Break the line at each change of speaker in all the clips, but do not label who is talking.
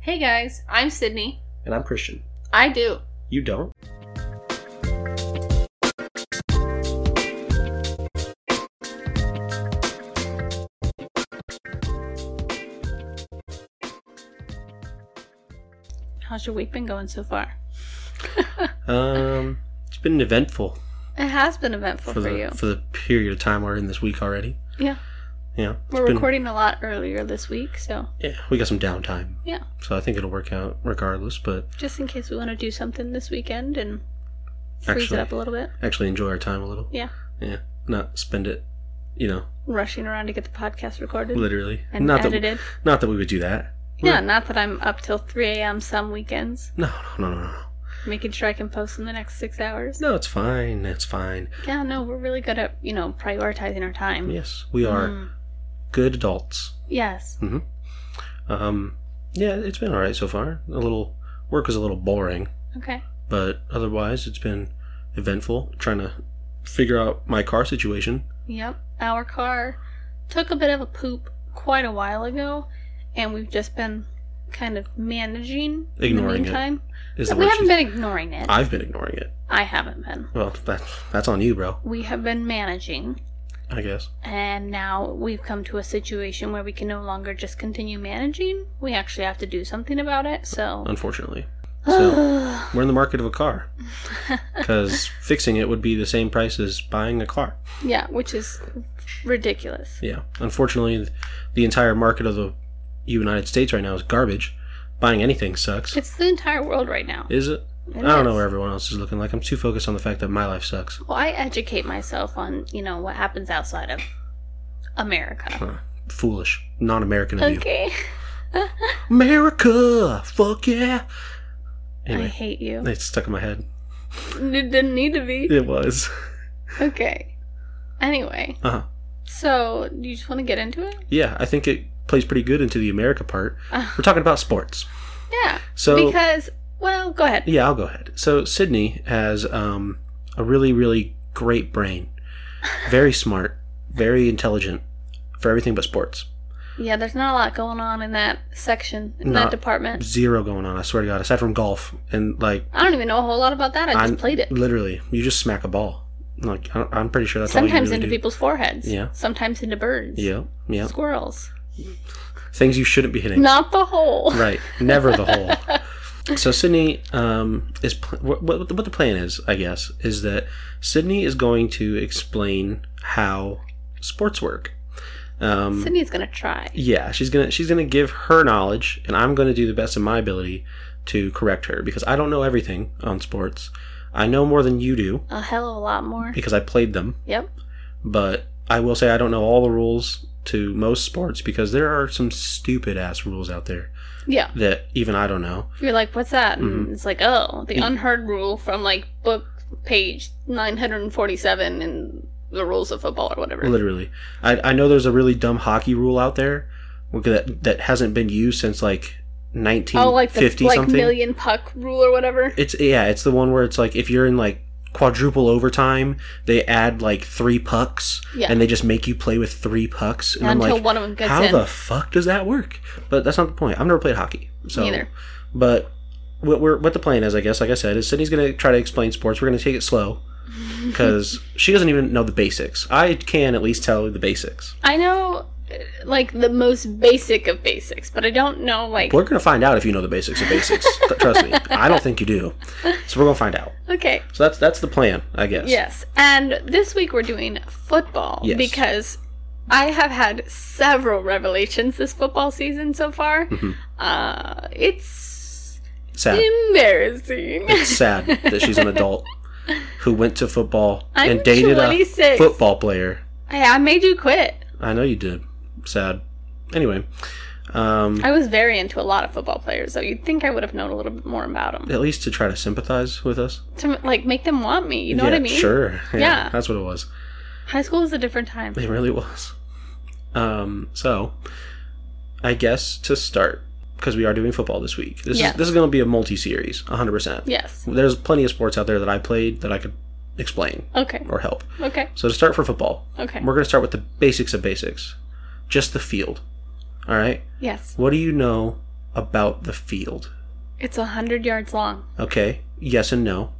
Hey guys, I'm Sydney.
And I'm Christian.
I do.
You don't?
How's your week been going so far?
Um, it's been eventful
It has been eventful
for,
for,
the
you.
for the period of time we're in this week already.
Yeah.
Yeah. it's
We're
been-
recording a lot earlier this week, so
Yeah, we got some downtime.
Yeah.
So I think it'll work out regardless, but
just in case we want to do something this weekend and freeze
Actually-
it up a little bit,
actually enjoy our time a little.
Yeah.
Yeah. Not spend it, you know,
rushing around to get the podcast recorded
literally.
and
not that
edited.
not that we would do that.
Yeah, not that I'm up till 3 a.m. some weekends,
No, no, no, no, no.
making sure I can post in the next six hours.
No, it's fine. It's fine.
Yeah, no, we're really good at, you know, prioritizing our time.
Yes, we are
Mm,
good adults.
yes.
Um, yeah, it's been all right so far. A little work was a little boring,
Okay.
but otherwise it's been eventful trying to figure out my car situation
Yep. Our car took a bit of a poop quite a while ago, and we've just been kind of managing in
Ignoring it,
the meantime.
is
No,
the
we
word
haven't
she's-
been ignoring it. I-,
I've been ignoring it.
haven't been.
Well, that that's on you, bro.
We have been managing,
I guess.
and now we've come to a situation where we can no longer just continue managing. We actually have to do something about it, so.
Unfortunately, so- we're in the market of a car because fixing it would be the same price as buying a car.
yeah, which is ridiculous.
Yeah. Unfortunately, the entire market of the United States right now is garbage. Buying anything sucks.
It's the entire world right now.
Is it?
It
I don't know
is.
where everyone else is looking like. I'm too focused on the fact that my life sucks.
Well, I educate myself on, you know, what happens outside of America.
Huh. Foolish. Non American of
Okay.
you. America! Fuck yeah!
I
Anyway,
hate you.
it stuck in my head.
It didn't need to be.
It was.
Okay. Anyway,
Uh huh.
so do you just want to get into it?
Yeah, I think it plays pretty good into the America part.
Uh,
We're talking about sports.
yeah.
So,
because, well, go ahead.
yeah, I'll go ahead. So, Sydney has um, a really, really great brain. Very smart, very intelligent for everything but sports.
Yeah, there's not a lot going on in that section, in that
Not-
department.
Zero going on, I swear to God, aside from golf and like
I don't even know a whole lot about that. I just
I'm-
played it.
Literally, you just smack a ball. Like I- I'm pretty sure that's
Sometimes
all you
into
really
people's foreheads.
Yeah.
Sometimes into birds.
do. Yeah, yeah.
Squirrels.
Things you shouldn't be hitting.
Not the whole.
Right. Never the whole. So Sydney um, is pl- what, what what the plan is, I guess, is that Sydney is going to explain how sports work. Um,
Sydney's gonna try.
yeah, she's gonna she's gonna give her knowledge, and I'm gonna do the best of my ability to correct her because I don't know everything on sports. I know more than you do
A hell of a lot more.
because I played them.
Yep.
but I will say I don't know all the rules to most sports because there are some stupid ass rules out there
Yeah.
that even I don't know.
You're like, what's that? And
Mhm.
it's like, oh, the
Yeah.
unheard rule from like book page 947 in the rules of football or whatever.
Literally, I, I know there's a really dumb hockey rule out there that that hasn't been used since like 1950
Oh, like the like
something.
million puck rule or whatever.
It's yeah, it's the one where it's like if you're in like quadruple overtime, they add like three pucks
Yeah.
and they just make you play with three pucks, and
until
I'm like,
one of them gets
how
in.
the fuck does that work? But that's not the point. I've never played hockey, so
Neither.
But what we're what the plan is, I guess, like I said, is Sydney's going to try to explain sports. We're going to take it slow because she doesn't even know the basics. I can at least tell you the basics.
I know uh, like the most basic of basics, but I don't know like
We're going to find out if you know the basics of basics. Tr- Trust me, I don't think you do. So we're going to find out.
okay.
So that's that's the plan, I guess.
Yes. And this week we're doing football
Yes.
because I have had several revelations this football season so far.
Mhm.
Uh, it's
Sad.
embarrassing.
It's sad that she's an adult who went to football
I'm
and dated a
26.
football player.
Hey, I made you quit.
I know you did. Sad. Anyway, um,
I was very into a lot of football players, so you'd think I would have known a little bit more about them
at least to try to sympathize with us.
to like make them want me. You know
yeah,
what I mean?
Sure.
Yeah.
That's what it was.
High school was a different time.
It really was. Um, so, I guess to start, because we are doing football this week. This
Yeah.
is this is going to be a multi-series, 100%.
Yes.
There's plenty of sports out there that I played that I could explain
Okay.
or help.
Okay.
So to start for football,
Okay.
we're going to start with the basics of basics, just the field. All right.
Yes.
What do you know about the field.
It's a hundred yards long.
Okay. Yes and no.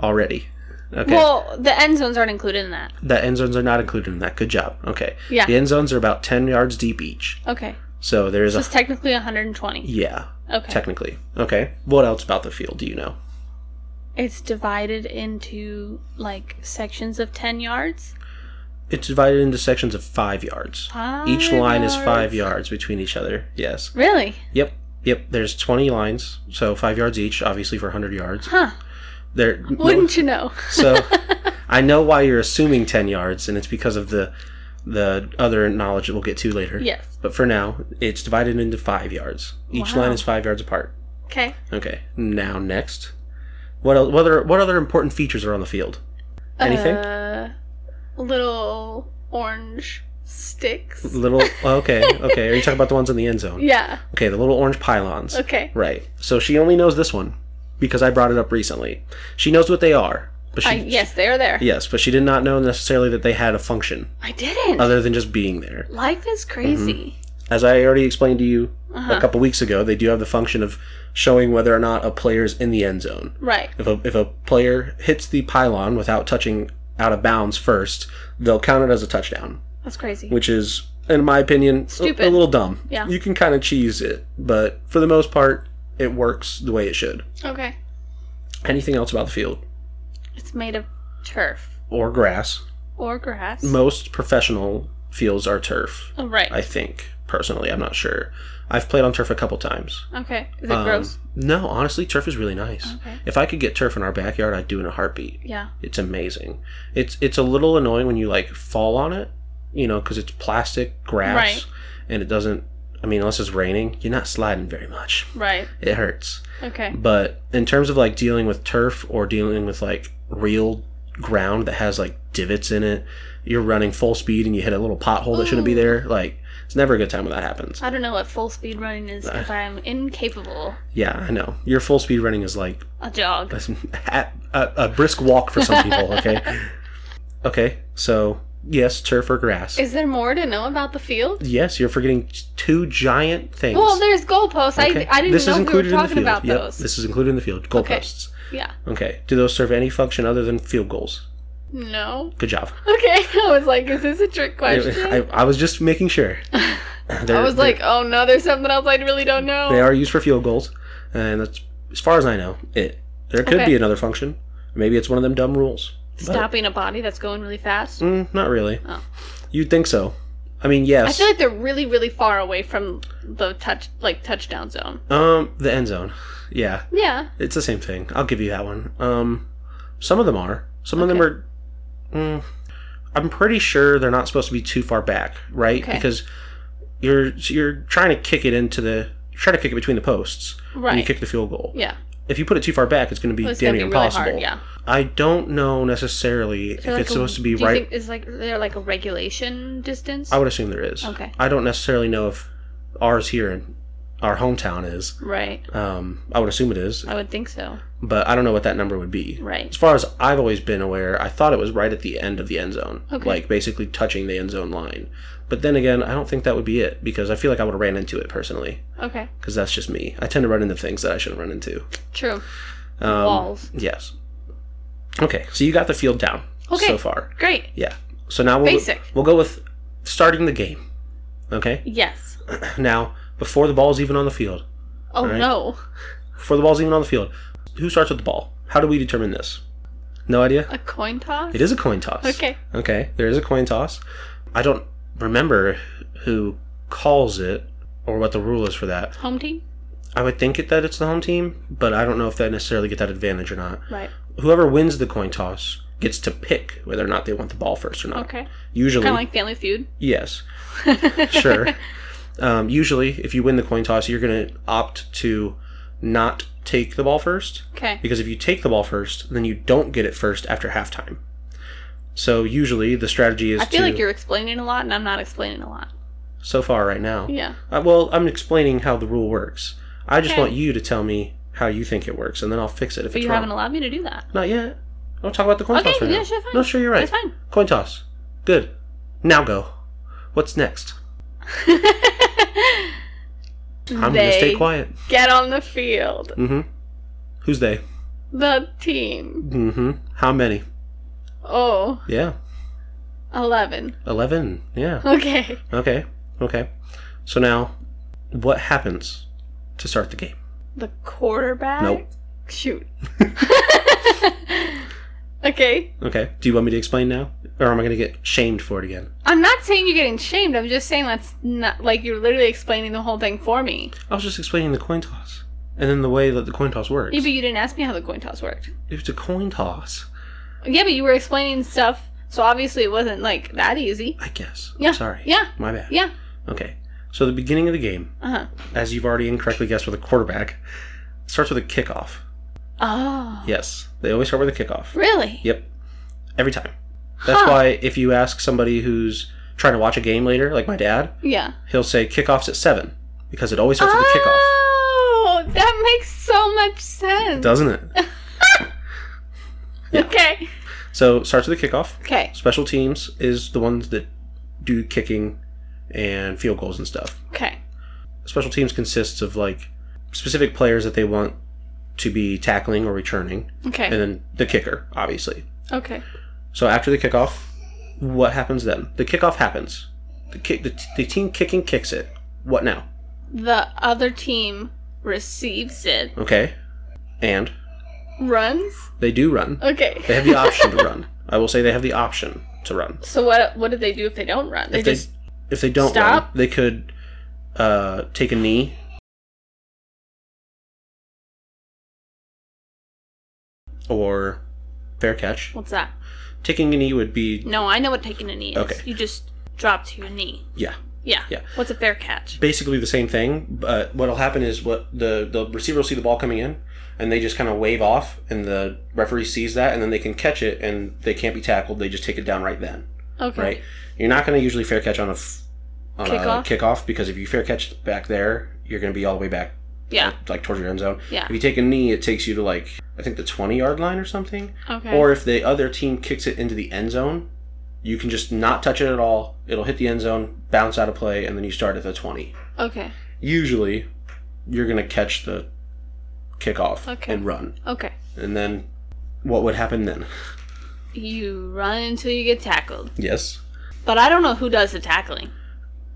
Already. Okay.
Well, the end zones aren't included in that.
the end zones are not included in that. Good job. Okay.
Yeah.
The end zones are about 10 yards deep each.
Okay.
So there's
So
a.
it's technically 120.
Yeah,
Okay.
technically. Okay. What else about the field do you know?
it's divided into like sections of 10 yards.
It's divided into sections of five yards. each line is five yards between each other. Yes.
Really?
Yep. Yep. There's 20 lines. So five yards each, obviously, for 100 yards.
Huh.
There.
Wouldn't you know?
So I know why you're assuming 10 yards, and it's because of the the other knowledge that we'll get to later.
Yes.
But for now, it's divided into five yards. Each
Wow.
line is five yards apart.
Okay.
Okay. Now next, what el what other what other important features are on the field? Anything?
Uh, little orange sticks.
Little. Okay. Okay. Are you talking about the ones in the end zone?
Yeah.
Okay. The little orange pylons.
Okay.
Right. So she only knows this one because I brought it up recently. She knows what they are, but she
I, yes, they are there.
yes, but she did not know necessarily that they had a function
I didn't.
other Mm-hmm. than just being there.
Life is crazy.
As I already explained to you a
Uh-huh.
couple weeks ago, they do have the function of showing whether or not a player is in the end zone.
Right.
If a, if a player hits the pylon without touching out of bounds first, they'll count it as a touchdown,
That's crazy.
which is, in my opinion, a-
Stupid.
A, little dumb.
Yeah.
You can kind of cheese it, but for the most part, it works the way it should.
Okay.
Anything else about the field
It's made of turf
or grass?
or grass.
Most professional fields are turf,
oh, right.
I think. Personally, I'm not sure. I've played on turf a couple times.
okay. Is it
Um,
gross?
No, honestly, turf is really nice.
Okay.
If I could get turf in our backyard, I'd do it in a heartbeat.
Yeah.
It's amazing. It's it's a little annoying when you like fall on it, you know, because it's plastic grass,
Right.
and it doesn't. I mean, unless it's raining, you're not sliding very much.
Right.
It hurts.
Okay.
But in terms of like dealing with turf or dealing with like real ground that has like divots in it, you're running full speed and you hit a little pothole that shouldn't be
Ooh.
there. Like it's never a good time when that happens.
I don't know what full speed running is because I'm incapable.
Yeah, I know. Your full speed running is like
A jog.
a, a, a brisk walk for some people. Okay. okay. So yes, turf or grass.
Is there more to know about the field?
Yes, you're forgetting two giant things.
Well, there's goalposts.
Okay.
I, I didn't
This is
know we were
included in the
talking
field.
about
Yep,
those.
This is included in the field. Goalposts.
Okay. Yeah.
okay. Do those serve any function other than field goals?
No.
Good job.
Okay. I was like, is this a trick question?
I,
I,
I was just making sure. They're-
was like, oh no, there's something else I really don't know.
they're- they are used for field goals, and that's as far as I know. It there could
Okay.
be another function. Maybe it's one of them dumb rules. But-
Stopping a body that's going really fast.
Mm, not really.
Oh.
You'd think so. I mean,
I
yes.
feel like they're really, really far away from the touch, like touchdown zone.
um, the end zone. Yeah,
Yeah.
it's the same thing. I'll give you that one. Um, some of them are. Some of them
Okay.
are. Mm, I'm pretty sure they're not supposed to be too far back, right?
Okay.
Because you're you're trying to kick it into the you're trying to kick it between the posts and you
Right.
kick the field goal.
yeah.
if you put it too far back, it's going to be
Well, it's
damn
gonna
near
be really
impossible.
hard. Yeah.
I don't know necessarily if
Is there, like,
it's
a-
supposed to be
do you
right.
Think, is like there like a regulation distance?
I would assume there is.
Okay.
I don't necessarily know if ours here in our hometown is.
Right.
Um, I would assume it is,
I would think so.
but I don't know what that number would be. As
Right.
far as I've always been aware, I thought it was right at the end of the end zone,
Okay.
like basically touching the end zone line. But then again, I don't think that would be it because I feel like I would have ran into it personally
Okay.
because that's just me. I tend to run into things that I shouldn't run into.
True.
Um,
Walls.
Yes. Okay, so you got the field down
Okay.
so far.
Great.
Yeah. So now we'll
Basic.
we'll go with starting the game. Okay.
Yes.
Now, before the ball's even on the field,
Oh
Alright.
no.
before the ball's even on the field, who starts with the ball? How do we determine this? No idea.
A coin toss?
It is a coin toss.
Okay.
Okay. There is a coin toss. I don't remember who calls it or what the rule is for that.
Home team?
I would think it that it's the home team, but I don't know if they necessarily get that advantage or not.
Right.
whoever wins the coin toss gets to pick whether or not they want the ball first or not.
Okay.
Usually,
Kind of like Family Feud.
yes, sure. um, usually, if you win the coin toss, you're going to opt to not take the ball first
Okay.
because if you take the ball first, then you don't get it first after halftime. So usually, the strategy is
I feel
to
like you're explaining a lot and I'm not explaining a lot.
so far right now.
Yeah.
Uh, well, I'm explaining how the rule works. I just
Okay.
want you to tell me how you think it works, and then I'll fix it if
But
it's
you
wrong.
haven't allowed me to do that.
Not yet. I want to talk about the coin
Okay,
toss right
yeah,
now.
sure, fine.
No, sure, you're right.
That's fine.
Coin toss. Good. Now go. What's next? I'm going to stay quiet.
Get on the field.
Mm hmm. Who's they?
The team.
Mm hmm. How many?
Oh,
Yeah.
11.
11. Yeah.
Okay.
Okay. Okay. So now, what happens to start the game?
The quarterback?
Nope.
Shoot. okay.
Okay. Do you want me to explain now? Or am I going to get shamed for it again?
I'm not saying you're getting shamed. I'm just saying that's not like you're literally explaining the whole thing for me.
I was just explaining the coin toss and then the way that the coin toss works.
Yeah, but you didn't ask me how the coin toss worked.
It's a coin toss,
Yeah, but you were explaining stuff, so obviously it wasn't like that easy.
I guess.
Yeah.
Sorry.
Yeah.
My bad.
Yeah.
Okay. So the beginning of the game,
Uh huh.
as you've already incorrectly guessed with a quarterback, starts with a kickoff. Ah.
Oh.
Yes. They always start with a kickoff.
Really?
Yep. Every time. That's
Huh.
why if you ask somebody who's trying to watch a game later, like my dad,
Yeah.
he'll say kickoffs at seven because it always starts with a kickoff.
Oh, that makes so much sense.
Doesn't it? yeah.
Okay.
So it starts with a kickoff.
Okay.
Special teams is the ones that do kicking and field goals and stuff.
Okay.
Special teams consists of like specific players that they want to be tackling or returning, and
Okay.
then the kicker, obviously.
Okay.
So after the kickoff, what happens then? The kickoff happens. The kick, the, t- the team kicking kicks it. What now?
The other team receives it,
Okay, and
runs.
they do run.
Okay.
They have the option to run. I will say they have the option to run.
So what? What do they do if they don't run? They
if they
just
if they don't run,
stop?
they could uh, take a knee. Or fair catch.
what's that?
Taking a knee would be
No, I know what taking a knee is.
Okay.
You just drop to your knee.
yeah,
Yeah.
Yeah.
What's a fair catch?
basically the same thing. But what'll happen is what the the receiver will see the ball coming in, and they just kind of wave off, and the referee sees that, and then they can catch it, and they can't be tackled. They just take it down right then.
Okay.
right? You're not going to usually fair catch on a f- on
Kickoff?
a kickoff because if you fair catch back there, you're going to be all the way back
Yeah.
like towards your end zone.
Yeah.
If you take a knee, it takes you to like I think the 20 yard line or something.
Okay.
Or if the other team kicks it into the end zone, you can just not touch it at all. It'll hit the end zone, bounce out of play, and then you start at the 20.
okay.
Usually, you're going to catch the kickoff
Okay.
and run.
Okay.
And then what would happen then?
You run until you get tackled.
Yes.
But I don't know who does the tackling.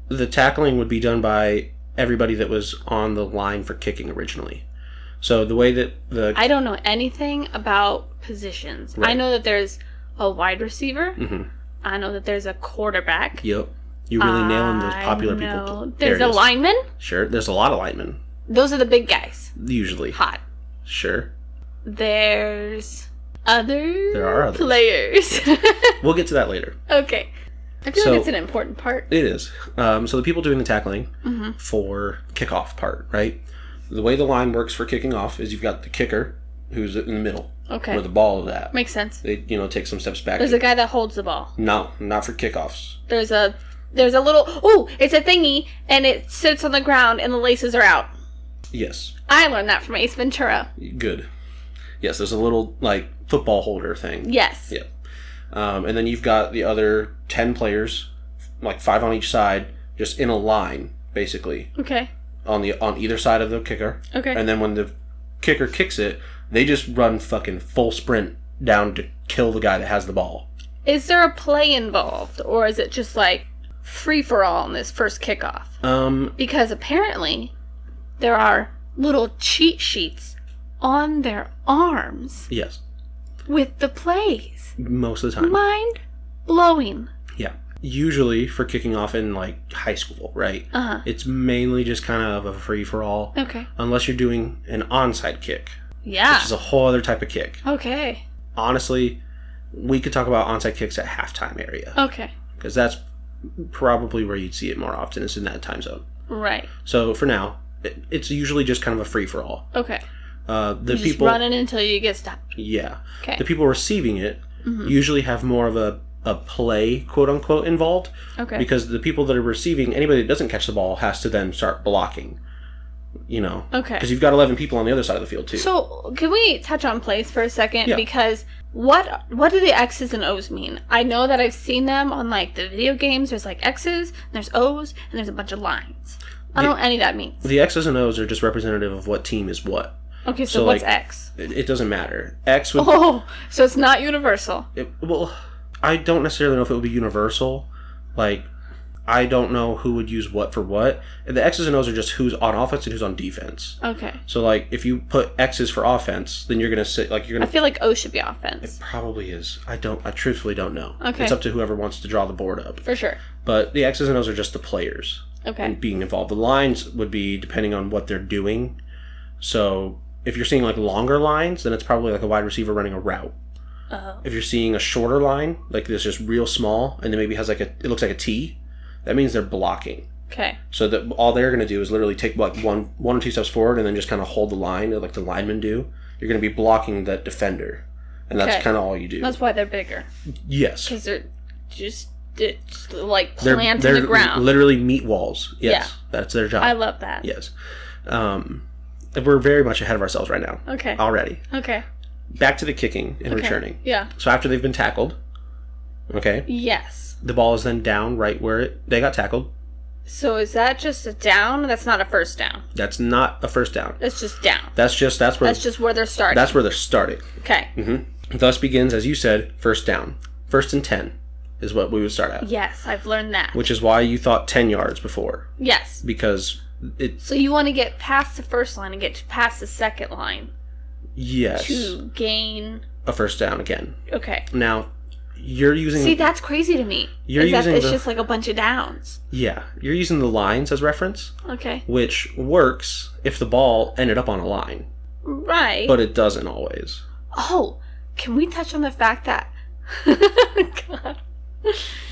the tackling would be done by everybody that was on the line for kicking originally. So the way that the
I don't know anything about positions. I
Right.
know that there's a wide receiver.
Mhm.
I know that there's a quarterback.
yep, you really nailing those
I
popular
know
people.
There's a
areas.
lineman.
Sure, there's a lot of linemen
Those are the big guys.
usually.
Hot.
Sure,
There's other
There are others.
players.
we'll get to that later.
okay. I feel
So-
like it's an important part.
It is. Um, so the people doing the tackling
Mhm.
for kickoff part, right? The way the line works for kicking off is you've got the kicker who's in the middle
Okay.
where the ball is at.
Makes sense.
They you know take some steps back.
There's a guy that holds the ball.
no, not for kickoffs.
There's a there's a little oh, it's a thingy and it sits on the ground and the laces are out.
Yes,
I learned that from Ace Ventura.
good. Yes, there's a little like football holder thing.
Yes.
Yeah. Um, and then you've got the other 10 players, like five on each side, just in a line, basically,
Okay.
on the on either side of the kicker.
Okay.
And then when the kicker kicks it, they just run fucking full sprint down to kill the guy that has the ball.
is there a play involved or is it just like free for all on this first kickoff?
Um,
Because apparently there are little cheat sheets on their arms
yes,
with the plays.
most of the time.
Mind blowing.
Yeah. Usually for kicking off in like high school, right?
Uh huh.
It's mainly just kind of a free for all,
Okay.
unless you're doing an onside kick, which
Yeah.
is a whole other type of kick.
Okay.
honestly, we could talk about onside kicks at halftime area
Okay.
because that's probably where you'd see it more often is in that time zone.
Right.
So for now, it, it's usually just kind of a free for all.
Okay.
Uh, the
You're just
people,
running until you get stopped.
yeah,
Okay.
the people receiving it
Mhm.
usually have more of a a play quote unquote involved
Okay.
because the people that are receiving anybody that doesn't catch the ball has to then start blocking. You know,
okay.
because you've got eleven people on the other side of the field too.
So, can we touch on plays for a second?
Yeah.
Because what what do the X's and O's mean? I know that I've seen them on like the video games. There's like X's, and there's O's, and there's a bunch of lines. I don't know any of that means.
The X's and O's are just representative of what team is what.
Okay, so,
so,
what's
like-
X?
It, it doesn't matter. X would.
Oh, so it's not universal.
It, well, I don't necessarily know if it would be universal. Like, I don't know who would use what for what. The X's and O's are just who's on offense and who's on defense.
Okay.
So, like, if you put X's for offense, then you're gonna sit like you're
I
gonna.
feel like O should be offense.
It probably is. I don't. I truthfully don't know.
Okay.
It's up to whoever wants to draw the board up.
For sure.
But the X's and O's are just the players
Okay.
and being involved. The lines would be depending on what they're doing. So if you're seeing like longer lines, then it's probably like a wide receiver running a route. Mm.
Oh.
If you're seeing a shorter line, like this just real small, and then maybe has like a it looks like a T, that means they're blocking.
Okay.
So that all they're gonna do is literally take like one one or two steps forward and then just kinda hold the line like the linemen do. You're gonna be blocking that defender. And that's
Okay.
kinda all you do.
That's why they're bigger.
yes.
Because they're just, it's like
They're,
planted
they're
in the ground.
literally meat walls. Yes. That's their job.
I love that.
Yes. Um, we're very much ahead of ourselves right now
Okay.
already.
Okay.
Back to the kicking and
Okay.
returning.
Yeah.
So after they've been tackled, okay,
Yes.
the ball is then down right where it, they got tackled.
So is that just a down? That's not a first down.
That's not a first down.
That's just down.
That's just that's where
That's
that's,
just where they're starting.
where they're starting.
okay.
Mm-hmm. Thus begins, as you said, first down. First and ten is what we would start at,
Yes, I've learned that.
which is why you thought ten yards before
yes.
because it's
So you want to get past the first line and get to past the second line
yes
to gain.
a first down again.
Okay.
Now you're using
See, that's crazy to me.
You're
is that
using
it's
the-
just like a bunch of downs.
yeah you're using the lines as reference.
Okay.
which works if the ball ended up on a line,
Right.
but it doesn't always.
oh, can we touch on the fact that? God.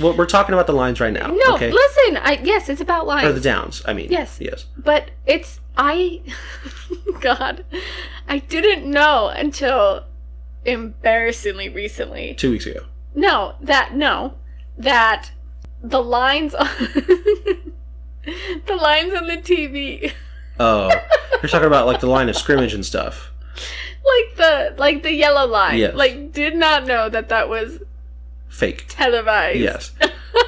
Well, we're talking about the lines right now.
No, listen. I yes, it's about lines.
Or the downs, I mean.
Yes.
Yes.
But it's I God. I didn't know until embarrassingly recently.
Two weeks ago.
No, that no. That the lines on the lines on the TV
Oh. you're talking about like the line of scrimmage and stuff.
like the like the yellow line.
Yes.
Like did not know that that was
Fake.
televised.
Yes.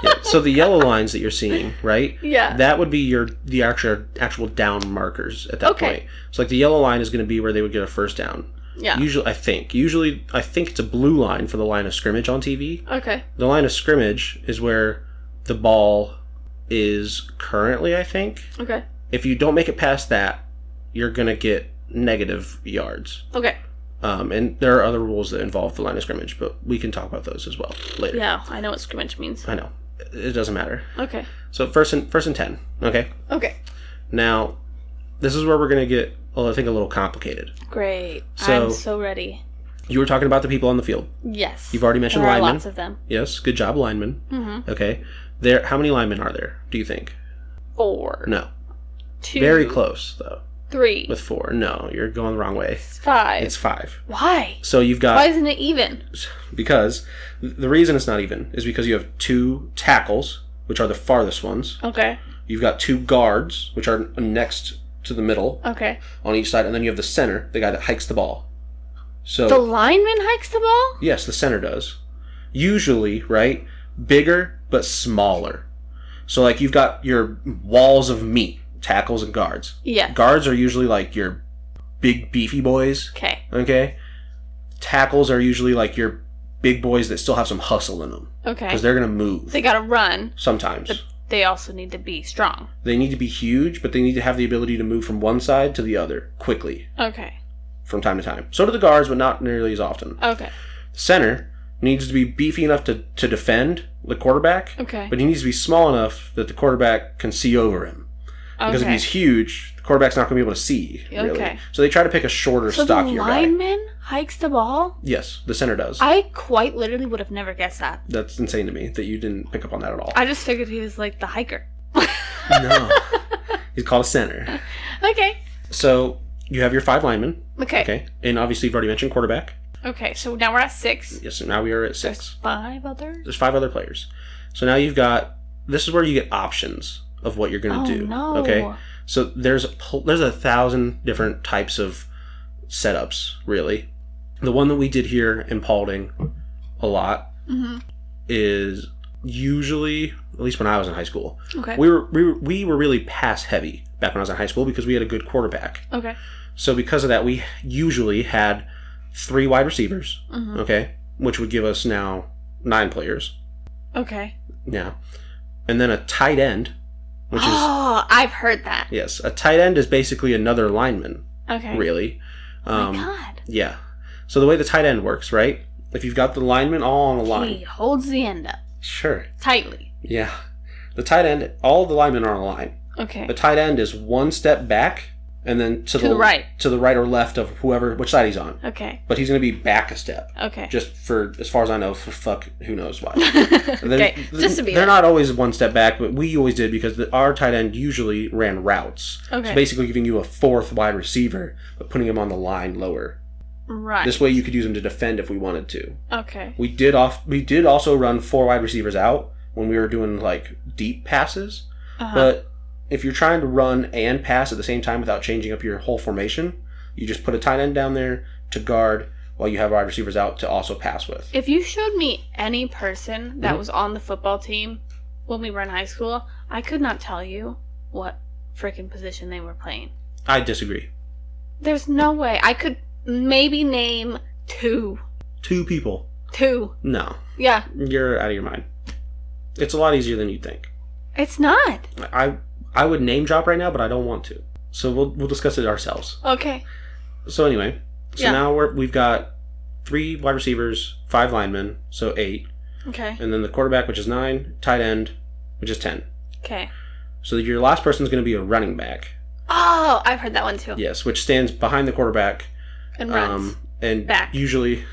Yeah. So the yellow lines that you're seeing, right?
Yeah.
That would be your the actual actual down markers at that
Okay.
point. So like the yellow line is going to be where they would get a first down.
yeah.
Usually, I think. Usually, I think it's a blue line for the line of scrimmage on TV.
okay.
the line of scrimmage is where the ball is currently i think
Okay.
if you don't make it past that you're gonna get negative yards
Okay.
um, and there are other rules that involve the line of scrimmage but we can talk about those as well later
Yeah, I know what scrimmage means.
i know it doesn't matter
Okay.
so first and first and 10 okay
Okay.
now this is where we're gonna get well, i think a little complicated
Great.
So-
I'm so ready.
you were talking about the people on the field
Yes.
you've already mentioned
there are
linemen
lots of them.
yes good job linemen
Mm-hmm.
okay there how many linemen are there do you think
four,
no
two,
very close though
three,
with four. No, you're going the wrong way.
five.
It's five.
Why?
So you've got
Why isn't it even?
because the reason it's not even is because you have two tackles, which are the farthest ones.
Okay.
You've got two guards, which are next to the middle
Okay.
on each side, and then you have the center, the guy that hikes the ball. So
The lineman hikes the ball.
yes, the center does. Usually, right? Bigger but smaller. So like you've got your walls of meat, tackles and guards.
Yeah.
Guards are usually like your big beefy boys.
Okay.
Okay. Tackles are usually like your big boys that still have some hustle in them
Okay.
because they're going to move
They gotta run.
sometimes.
They also need to be strong.
They need to be huge, but they need to have the ability to move from one side to the other quickly
Okay.
from time to time. So do the guards, but not nearly as often.
Okay.
Center needs to be beefy enough to, to defend the quarterback,
Okay.
but he needs to be small enough that the quarterback can see over him. Because if
okay.
he's huge, the quarterback's not going to be able to see. Really.
Okay.
So they try to pick a shorter,
so the
stockier guy.
lineman hikes the ball.
Yes, the center does.
I quite literally would have never guessed that.
That's insane to me that you didn't pick up on that at all.
I just figured he was like the hiker.
No. He's called a center.
Okay.
So you have your five linemen.
Okay. Okay.
Okay. And obviously you've already mentioned quarterback.
So now we're at six.
Yes, so now we are at
There's
six.
five others.
There's five other players. So now you've got this is where you get options of what you're
Oh
gonna do.
no.
Okay. So there's a pl- there's a thousand different types of setups, really. The one that we did here in Paulding a lot
hmm
is usually at least when I was in high school.
Okay.
We were we were, we were really pass heavy back when I was in high school because we had a good quarterback.
okay.
So because of that, we usually had three wide receivers.
hmm
Okay, which would give us now nine players.
Okay.
Yeah, and then a tight end, which is
oh, I've heard that.
yes, a tight end is basically another lineman,
Okay. Oh
really.
My
Um,
God.
yeah. So the way the tight end works, right? If you've got the lineman all on a line,
He holds the end up
sure.
tightly.
Yeah. The tight end, all the linemen are on a line.
Okay.
The tight end is one step back and then to,
to the right.
to the right or left of whoever which side he's on.
Okay.
But he's going to be back a step,
Okay.
just for as far as I know. For fuck, who knows why? They're-
okay. Just to be.
they're not always one step back, but we always did because the, our tight end usually ran routes.
Okay.
So basically, giving you a fourth wide receiver, but putting him on the line lower.
right.
This way, you could use him to defend if we wanted to.
okay.
We did off. We did also run four wide receivers out when we were doing like deep passes.
Uh-huh.
But if you're trying to run and pass at the same time without changing up your whole formation, you just put a tight end down there to guard while you have wide receivers out to also pass with.
If you showed me any person that
Mhm.
was on the football team when we were in high school, I could not tell you what freaking position they were playing.
I disagree.
There's no way. I could maybe name two.
Two people.
Two.
No,
Yeah.
you're out of your mind. It's a lot easier than you think.
It's not.
I I would name drop right now, but I don't want to. So we'll we'll discuss it ourselves.
Okay.
So anyway, so
Yeah.
now we're, we've got three wide receivers, five linemen, so eight,
Okay.
and then the quarterback, which is nine, tight end, which is ten.
Okay.
So your last person is going to be a running back.
Oh, I've heard that one too.
Yes, which stands behind the quarterback.
And runs.
Um, and
Back.
usually,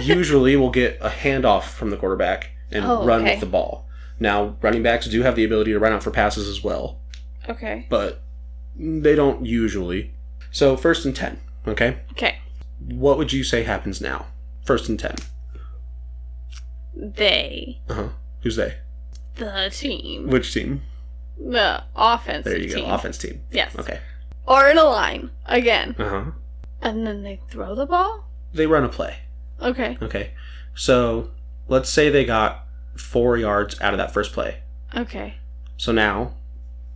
usually we'll get a handoff from the quarterback and
Oh,
run
okay.
with the ball. Now, running backs do have the ability to run out for passes as well,
okay.
but they don't usually. So, first and 10, okay?
Okay.
What would you say happens now? First and 10.
They,
Uh huh. Who's they?
the team,
Which team?
the offense.
There you
team.
go. Offense team.
Yes.
Okay.
Or in a line again.
Uh huh.
And then they throw the ball?
They run a play.
Okay.
Okay. So, let's say they got four yards out of that first play.
Okay.
So now,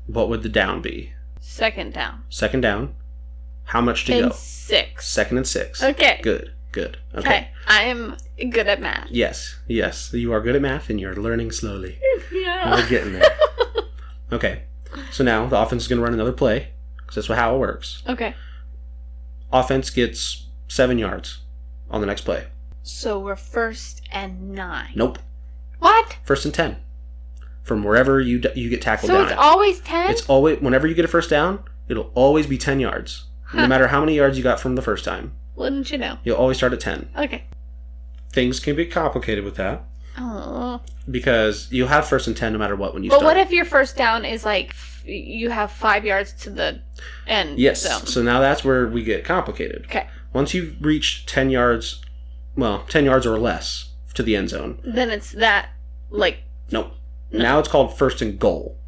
what would the down be?
Second down.
Second down. How much to
and
go?
six.
Second and six.
Okay.
Good. Good. Okay.
Okay. I am good at math.
Yes. Yes. You are good at math and you're learning slowly. We're
Yeah.
getting there. okay. So now the offense is going to run another play because that's how it works.
Okay.
Offense gets seven yards on the next play.
So we're first and nine.
Nope.
What?
First and ten. From wherever you d- you get tackled
so
down.
it's
at.
always ten?
it's always whenever you get a first down, it'll always be ten yards,
Huh.
no matter how many yards you got from the first time.
Wouldn't you know?
You'll always start at ten.
Okay.
things can be complicated with that
Oh.
because you'll have first and ten no matter what when you
But what
start.
if your first down is like f- you have five yards to the end
yes,
zone?
so now that's where we get complicated.
okay.
Once you reach ten yards, well, ten yards or less to the end zone.
Then it's that like
Nope. Now it's called first and goal.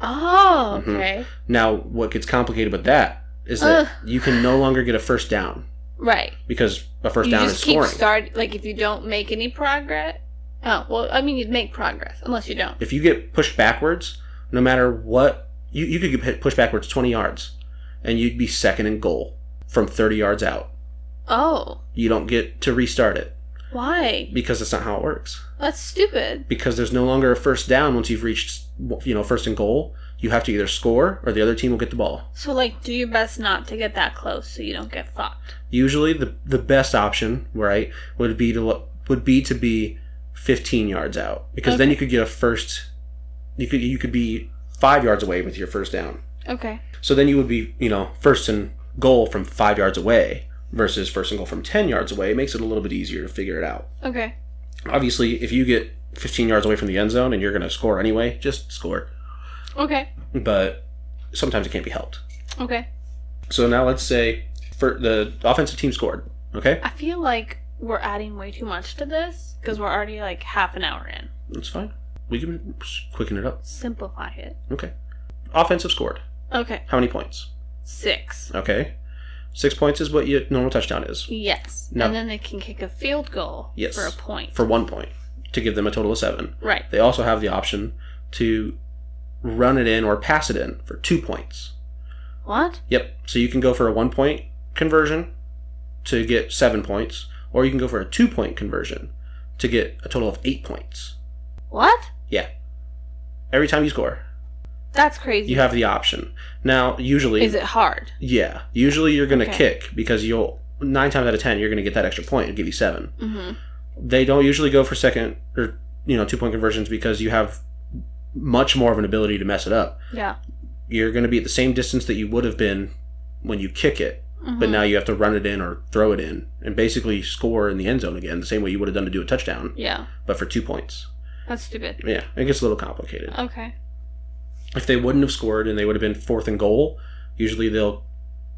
oh
Mhm.
okay
Now what gets complicated with that is that
Ugh.
you can no longer get a first down
right.
because a first
you
down
just
is
keep
scoring.
start like if you don't make any progress. Oh well, I mean you'd make progress unless you don't.
if you get pushed backwards, no matter what, you, you could get hit- pushed backwards twenty yards, and you'd be second and goal from thirty yards out.
Oh,
You don't get to restart it.
why?
because that's not how it works.
That's stupid.
Because there's no longer a first down once you've reached, you know, first and goal. You have to either score or the other team will get the ball.
So like, do your best not to get that close so you don't get fucked.
Usually, the the best option, right, would be to lo- would be to be 15 yards out because then
Okay.
you could get a first. You could you could be five yards away with your first down.
Okay.
So then you would be you know first and goal from five yards away versus first and goal from 10 yards away. It makes it a little bit easier to figure it out.
Okay.
Obviously, if you get 15 yards away from the end zone and you're going to score anyway, just score.
Okay.
but sometimes it can't be helped.
Okay.
So now let's say for the offensive team scored. Okay,
I feel like we're adding way too much to this because we're already like half an hour in.
that's fine. We can quicken it up.
Simplify it.
Okay, offensive scored.
Okay.
How many points?
Six.
Okay, six points is what your normal touchdown is
Yes.
No.
And then they can kick a field goal
Yes.
for a point.
for one point to give them a total of seven.
right.
They also have the option to run it in or pass it in for two points.
What?
Yep. So you can go for a one point conversion to get seven points, or you can go for a two point conversion to get a total of eight points.
What?
Yeah. Every time you score,
That's crazy.
you have the option. Now, usually,
Is it hard?
yeah, usually you're going to
Okay.
kick because you'll nine times out of ten you're going to get that extra point and give you seven.
Mm-hmm.
They don't usually go for second or you know two point conversions because you have much more of an ability to mess it up.
Yeah.
You're going to be at the same distance that you would have been when you kick it but
Mhm.
now you have to run it in or throw it in and basically score in the end zone again the same way you would have done to do a touchdown
Yeah.
but for two points
That's stupid.
yeah it gets a little complicated
Okay.
if they wouldn't have scored and they would have been fourth and goal usually they'll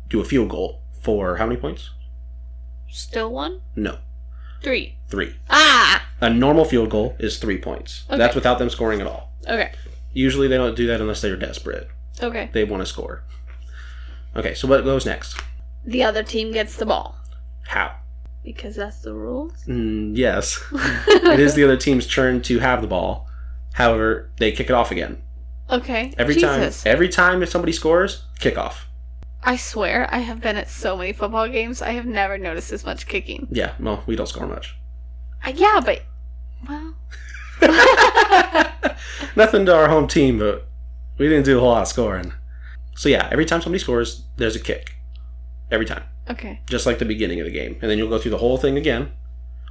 do a field goal for how many points
Still one?
no
Three.
three
Ah!
a normal field goal is three points
Okay.
that's without them scoring at all
Okay.
usually they don't do that unless they're desperate
Okay.
they want to score okay so what goes next
The other team gets the ball.
how
Because that's the rules?
mm, yes it is the other team's turn to have the ball however they kick it off again
Okay.
Every
Jesus.
time, every time if somebody scores, kickoff.
I swear, I have been at so many football games. I have never noticed this much kicking.
Yeah, well, we don't score much.
Uh, yeah, but well,
Nothing to our home team, but we didn't do a whole lot of scoring. So yeah, every time somebody scores, there's a kick. Every time,
okay,
just like the beginning of the game, and then you'll go through the whole thing again.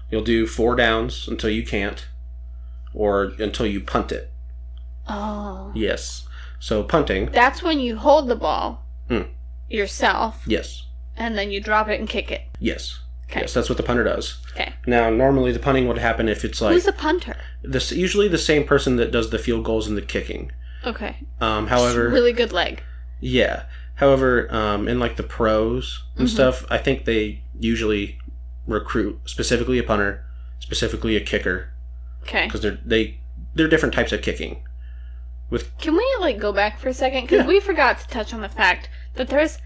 You'll do four downs until you can't, or until you punt it.
oh,
Yes. So punting.
that's when you hold the ball
Hmm.
yourself,
Yes.
and then you drop it and kick it.
Yes.
Okay.
Yes. That's what the punter does.
Okay.
Now, normally the punting would happen if it's like
Who's the punter?
this usually the same person that does the field goals and the kicking.
Okay,
Um,
Just
however,
really good leg.
yeah. However, um, in like the pros and
Mhm.
stuff, I think they usually recruit specifically a punter, specifically a kicker,
Okay,
because they're they they're different types of kicking.
can we like go back for a second because
Yeah.
we forgot to touch on the fact that there's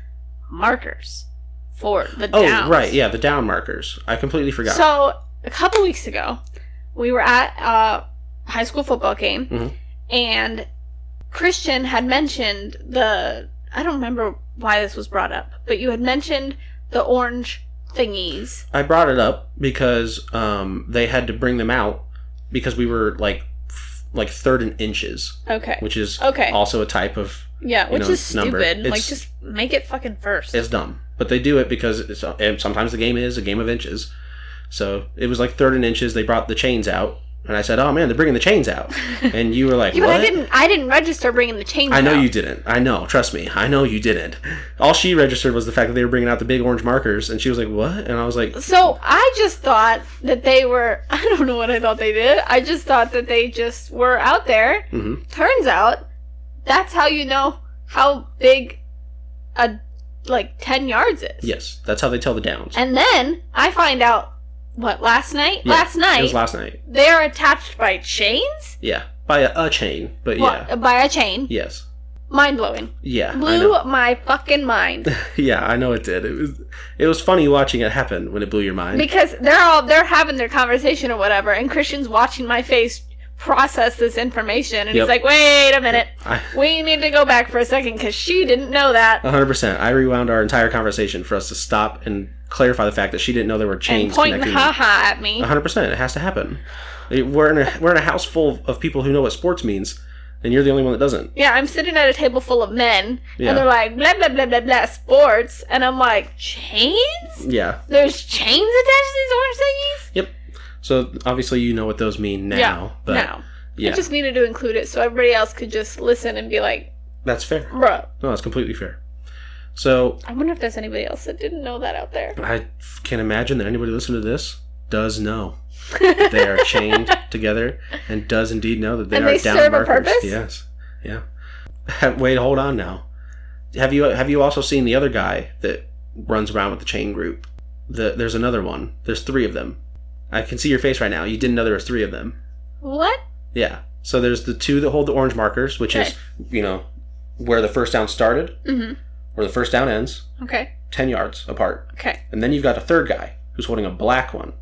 markers for the
Oh,
downs.
right, yeah, the down markers. I completely forgot.
So a couple weeks ago, we were at a high school football game,
Mhm.
and Christian had mentioned the. I don't remember why this was brought up, but you had mentioned the orange thingies.
I brought it up because um, they had to bring them out because we were like f- like third in inches,
Okay.
which is
Okay.
also a type of
yeah,
you
which
know,
is
number.
stupid. Like,
It's-
just make it fucking first.
It's dumb, but they do it because it's, and sometimes the game is a game of inches. So it was like third and inches. They brought the chains out, and I said, "Oh man, they're bringing the chains out," and you were like,
yeah,
"What?"
but I didn't. I didn't register bringing the chains.
I know
out.
you didn't. I know. Trust me. I know you didn't. All she registered was the fact that they were bringing out the big orange markers, and she was like, "What?" And I was like,
So I just thought that they were. I don't know what I thought they did. I just thought that they just were out there
hmm
turns out that's how you know how big a like 10 yards is
"Yes, that's how they tell the downs."
and then i find out what last night
Yeah,
last
it
night
was last night.
they're attached by chains
Yeah, by a, a chain, but yeah,
Well, by a chain
yes,
mind-blowing
yeah. I know.
blew my fucking mind
Yeah, I know it did. It was it was funny watching it happen when it blew your mind.
because they're all they're having their conversation or whatever and christian's watching my face process this information and
Yep.
he's like wait a minute
I,
we need to go back for a second because she didn't know that
A 100%. I rewound our entire conversation for us to stop and clarify the fact that she didn't know there were
and
chains
pointing
connecting. A
haha at me
100%. It has to happen. It- We're in, a, we're in a house full of people who know what sports means, and you're the only one that doesn't.
Yeah, I'm sitting at a table full of men,
Yeah.
and they're like, blah, blah, blah, blah, blah, sports. And I'm like, chains?
Yeah.
There's chains attached to these orange thingies?
So obviously you know what those mean now.
Yeah.
But
no.
yeah,
I just needed to include it so everybody else could just listen and be like,
that's fair.
bruh.
No, that's completely fair. So
I wonder if there's anybody else that didn't know that out there.
I can't imagine that anybody listening to this does know they are chained together and does indeed know that they
And
are
they
down
serve a
markers.
purpose?
Yes. Yeah. Wait, hold on now. Have you have you also seen the other guy that runs around with the chain group? The, there's another one. There's three of them. I can see your face right now. You didn't know there was three of them.
what?
Yeah. So there's the two that hold the orange markers, which is you know where the first down started,
Mm
where the first down ends,
hmm. Okay.
ten yards apart,
Okay.
and then you've got a third guy who's holding a black one,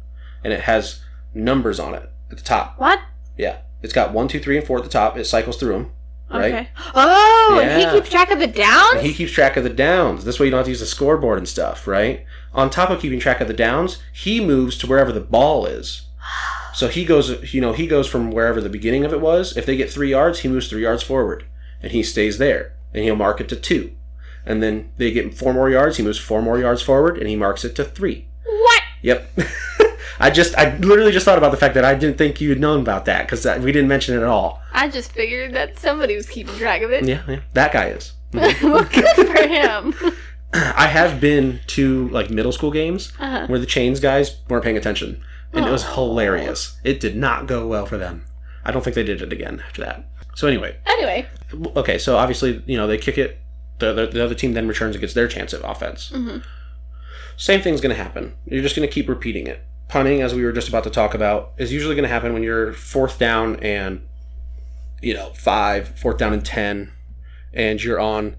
and it has numbers on it at the top.
What?
Yeah. It's got one, two, three, and four at the top. It cycles through them, right?
Okay. Oh, and
Yeah.
he keeps track of the downs?
And he keeps track of the downs. This way, you don't have to use the scoreboard and stuff, right? On top of keeping track of the downs, he moves to wherever the ball is. So he goes, you know, he goes from wherever the beginning of it was. If they get three yards, he moves three yards forward, and he stays there, and he'll mark it to two. And then they get four more yards. He moves four more yards forward, and he marks it to three.
what?
Yep. I just, I literally just thought about the fact that I didn't think you'd known about that because we didn't mention it at all.
I just figured that somebody was keeping track of it.
Yeah, yeah. that guy is.
well, good for him.
I have been to like middle school games
Uh-huh.
where the chains guys weren't paying attention, and it was
Aw.
hilarious. It did not go well for them. I don't think they did it again after that. So anyway,
Anyway.
w- okay. So obviously, you know, they kick it. The, the, the other team then returns and gets their chance at offense.
hmm
Same thing's going to happen. You're just going to keep repeating it. Punting, as we were just about to talk about, is usually going to happen when you're fourth down and, you know, five, fourth down and 10, and you're on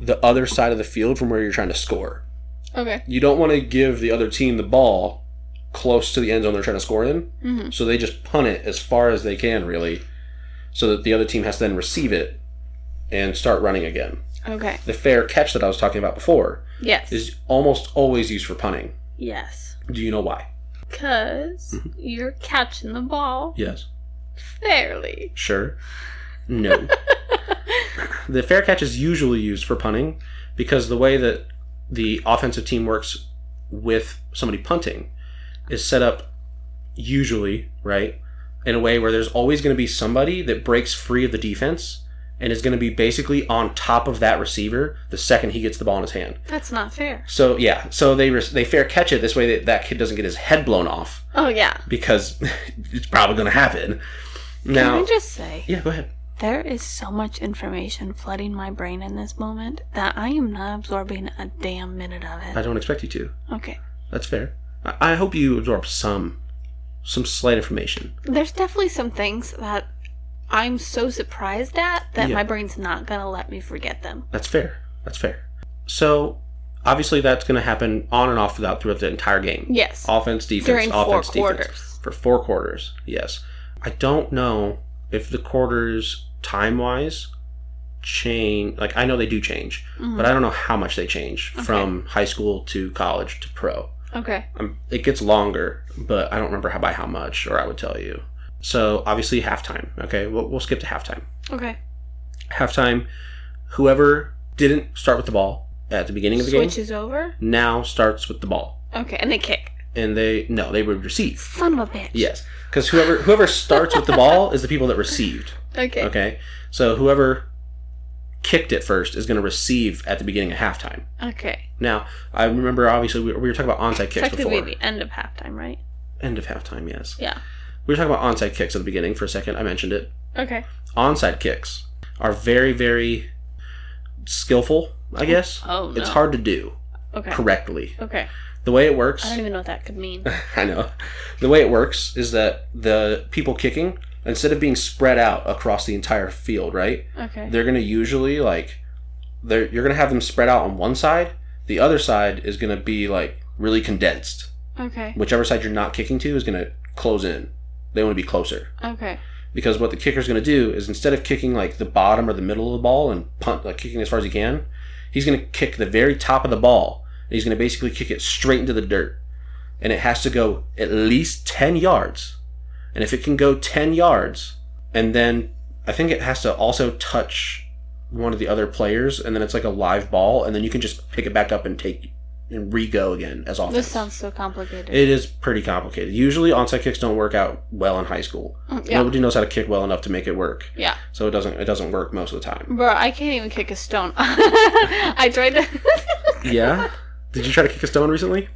the other side of the field from where you're trying to score
Okay.
you don't want to give the other team the ball close to the end zone they're trying to score in.
hmm
So they just punt it as far as they can, really, so that the other team has to then receive it and start running again.
Okay.
The fair catch that I was talking about before
Yes.
is almost always used for punting.
yes.
Do you know why?
Because
Mm-hmm.
you're catching the ball
Yes.
fairly.
Sure. No. the fair catch is usually used for punting because the way that the offensive team works with somebody punting is set up usually, right, in a way where there's always going to be somebody that breaks free of the defense and is going to be basically on top of that receiver the second he gets the ball in his hand.
That's not fair.
So, yeah, so they res- they fair catch it this way that that kid doesn't get his head blown off
Oh, yeah.
because it's probably going to happen.
Can
Now,
I just say,
yeah, go ahead.
there is so much information flooding my brain in this moment that I am not absorbing a damn minute of
I
it.
don't expect you to.
Okay.
That's fair. I, I hope you absorb some, some slight information.
There's definitely some things that I'm so surprised at that
Yeah.
my brain's not going to let me forget them.
That's fair. That's fair. So, obviously, that's going to happen on and off throughout throughout the entire game.
Yes.
Offense, defense,
During four
offense, defense.
quarters.
For four quarters, yes. I don't know if the quarters time wise change. Like, I know they do change,
Mhm.
but I don't know how much they change from high school to college to pro.
Okay.
Um, it gets longer, but I don't remember how by how much, or I would tell you. So obviously halftime. Okay, we'll, we'll skip to halftime.
Okay.
Halftime. Whoever didn't start with the ball at the beginning of the
Switch
game
is over.
now starts with the ball,
Okay, and they kick.
and they no they would receive.
Son of a bitch.
Yes, because whoever whoever starts with the ball is the people that received.
Okay. Okay.
Okay, so whoever kicked it first is going to receive at the beginning of halftime. Now I remember obviously we, we were talking about onside kicks
Technically,
before.
the end of halftime, right?
End of halftime, yes.
Yeah.
We were talking about onside kicks at the beginning for a second. I mentioned it.
Okay.
Onside kicks are very, very skillful, I guess.
Oh no.
It's hard to do
Okay.
correctly.
Okay.
The way it works,
I don't even know what that could mean.
I know. The way it works is that the people kicking, instead of being spread out across the entire field, right?
Okay.
They're going to usually like, they're, you're going to have them spread out on one side. The other side is going to be like really condensed.
Okay.
Whichever side you're not kicking to is going to close in. They want to be closer.
Okay.
because what the kicker's going to do is instead of kicking like the bottom or the middle of the ball and punt like kicking as far as he can, he's going to kick the very top of the ball and he's going to basically kick it straight into the dirt. And it has to go at least 10 yards. And if it can go 10 yards and then I think it has to also touch one of the other players and then it's like a live ball and then you can just pick it back up and take and re-go again as often.
This sounds so complicated.
it is pretty complicated. Usually onside kicks don't work out well in high school.
Mm, yeah.
Nobody knows how to kick well enough to make it work.
Yeah.
So it doesn't it doesn't work most of the time.
Bro, I can't even kick a stone. I tried to.
Yeah? Did you try to kick a stone recently?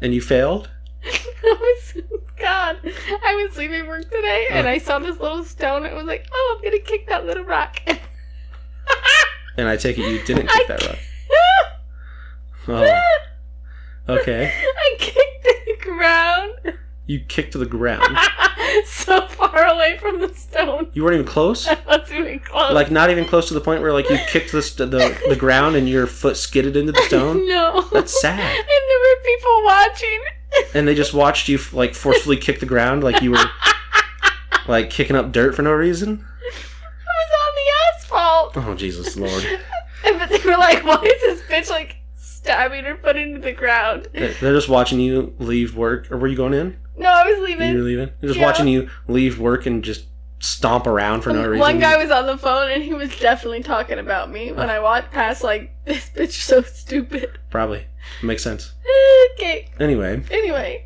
And you failed?
I was, God, I was leaving work today
Uh.
and I saw this little stone. And it was like, oh, I'm gonna kick that little rock.
And I take it you didn't
I
kick that rock. Oh. Okay.
I kicked the ground
You kicked to the ground.
so far away from the stone.
You weren't even close?
I wasn't even close.
Like not even close to the point where like you kicked the st- the, the ground and your foot skidded into the stone?
no.
That's sad.
And there were people watching.
And they just watched you like forcefully kick the ground like you were like kicking up dirt for no reason.
I was on the asphalt.
Oh Jesus Lord!
And but they were like, why is this bitch like stabbing her foot into the ground?
They're they're just watching you leave work, or were you going in?
No, I was
You were
leaving.
leaving. They're just
Yeah.
watching you leave work and just stomp around for no reason.
One guy was on the phone and he was definitely talking about me when I walked past, like, this bitch is so stupid.
probably makes sense.
okay,
Anyway,
anyway.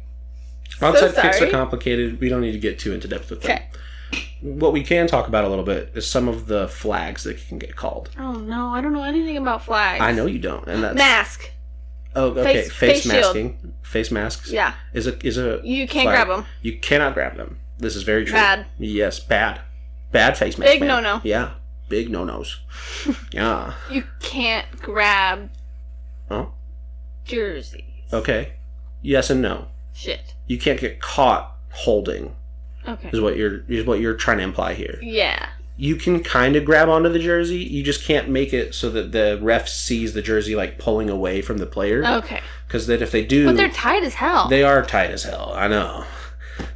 outside kicks are
sorry.
complicated. We don't need to get too into depth with them.
Okay.
What we can talk about a little bit is some of the flags that can get called.
Oh no, I don't know anything about flags.
I know you don't, and that's
Mask.
oh okay.
Face-
Face,
face shield.
masking, face masks
Yeah.
is a is a
You can't
Flag.
grab them.
you cannot grab them. This is very true.
Bad.
Yes, bad, bad face mask.
Big
man.
no-no.
Yeah, big no nos. yeah.
You can't grab
Oh,
jerseys.
okay. Yes and no.
Shit.
You can't get caught holding
Okay.
is what you're is what you're trying to imply here.
Yeah.
You can kind of grab onto the jersey. You just can't make it so that the ref sees the jersey like pulling away from the player.
Okay.
Because then if they do,
Oh. But they're tight as hell.
They are tight as hell. I know.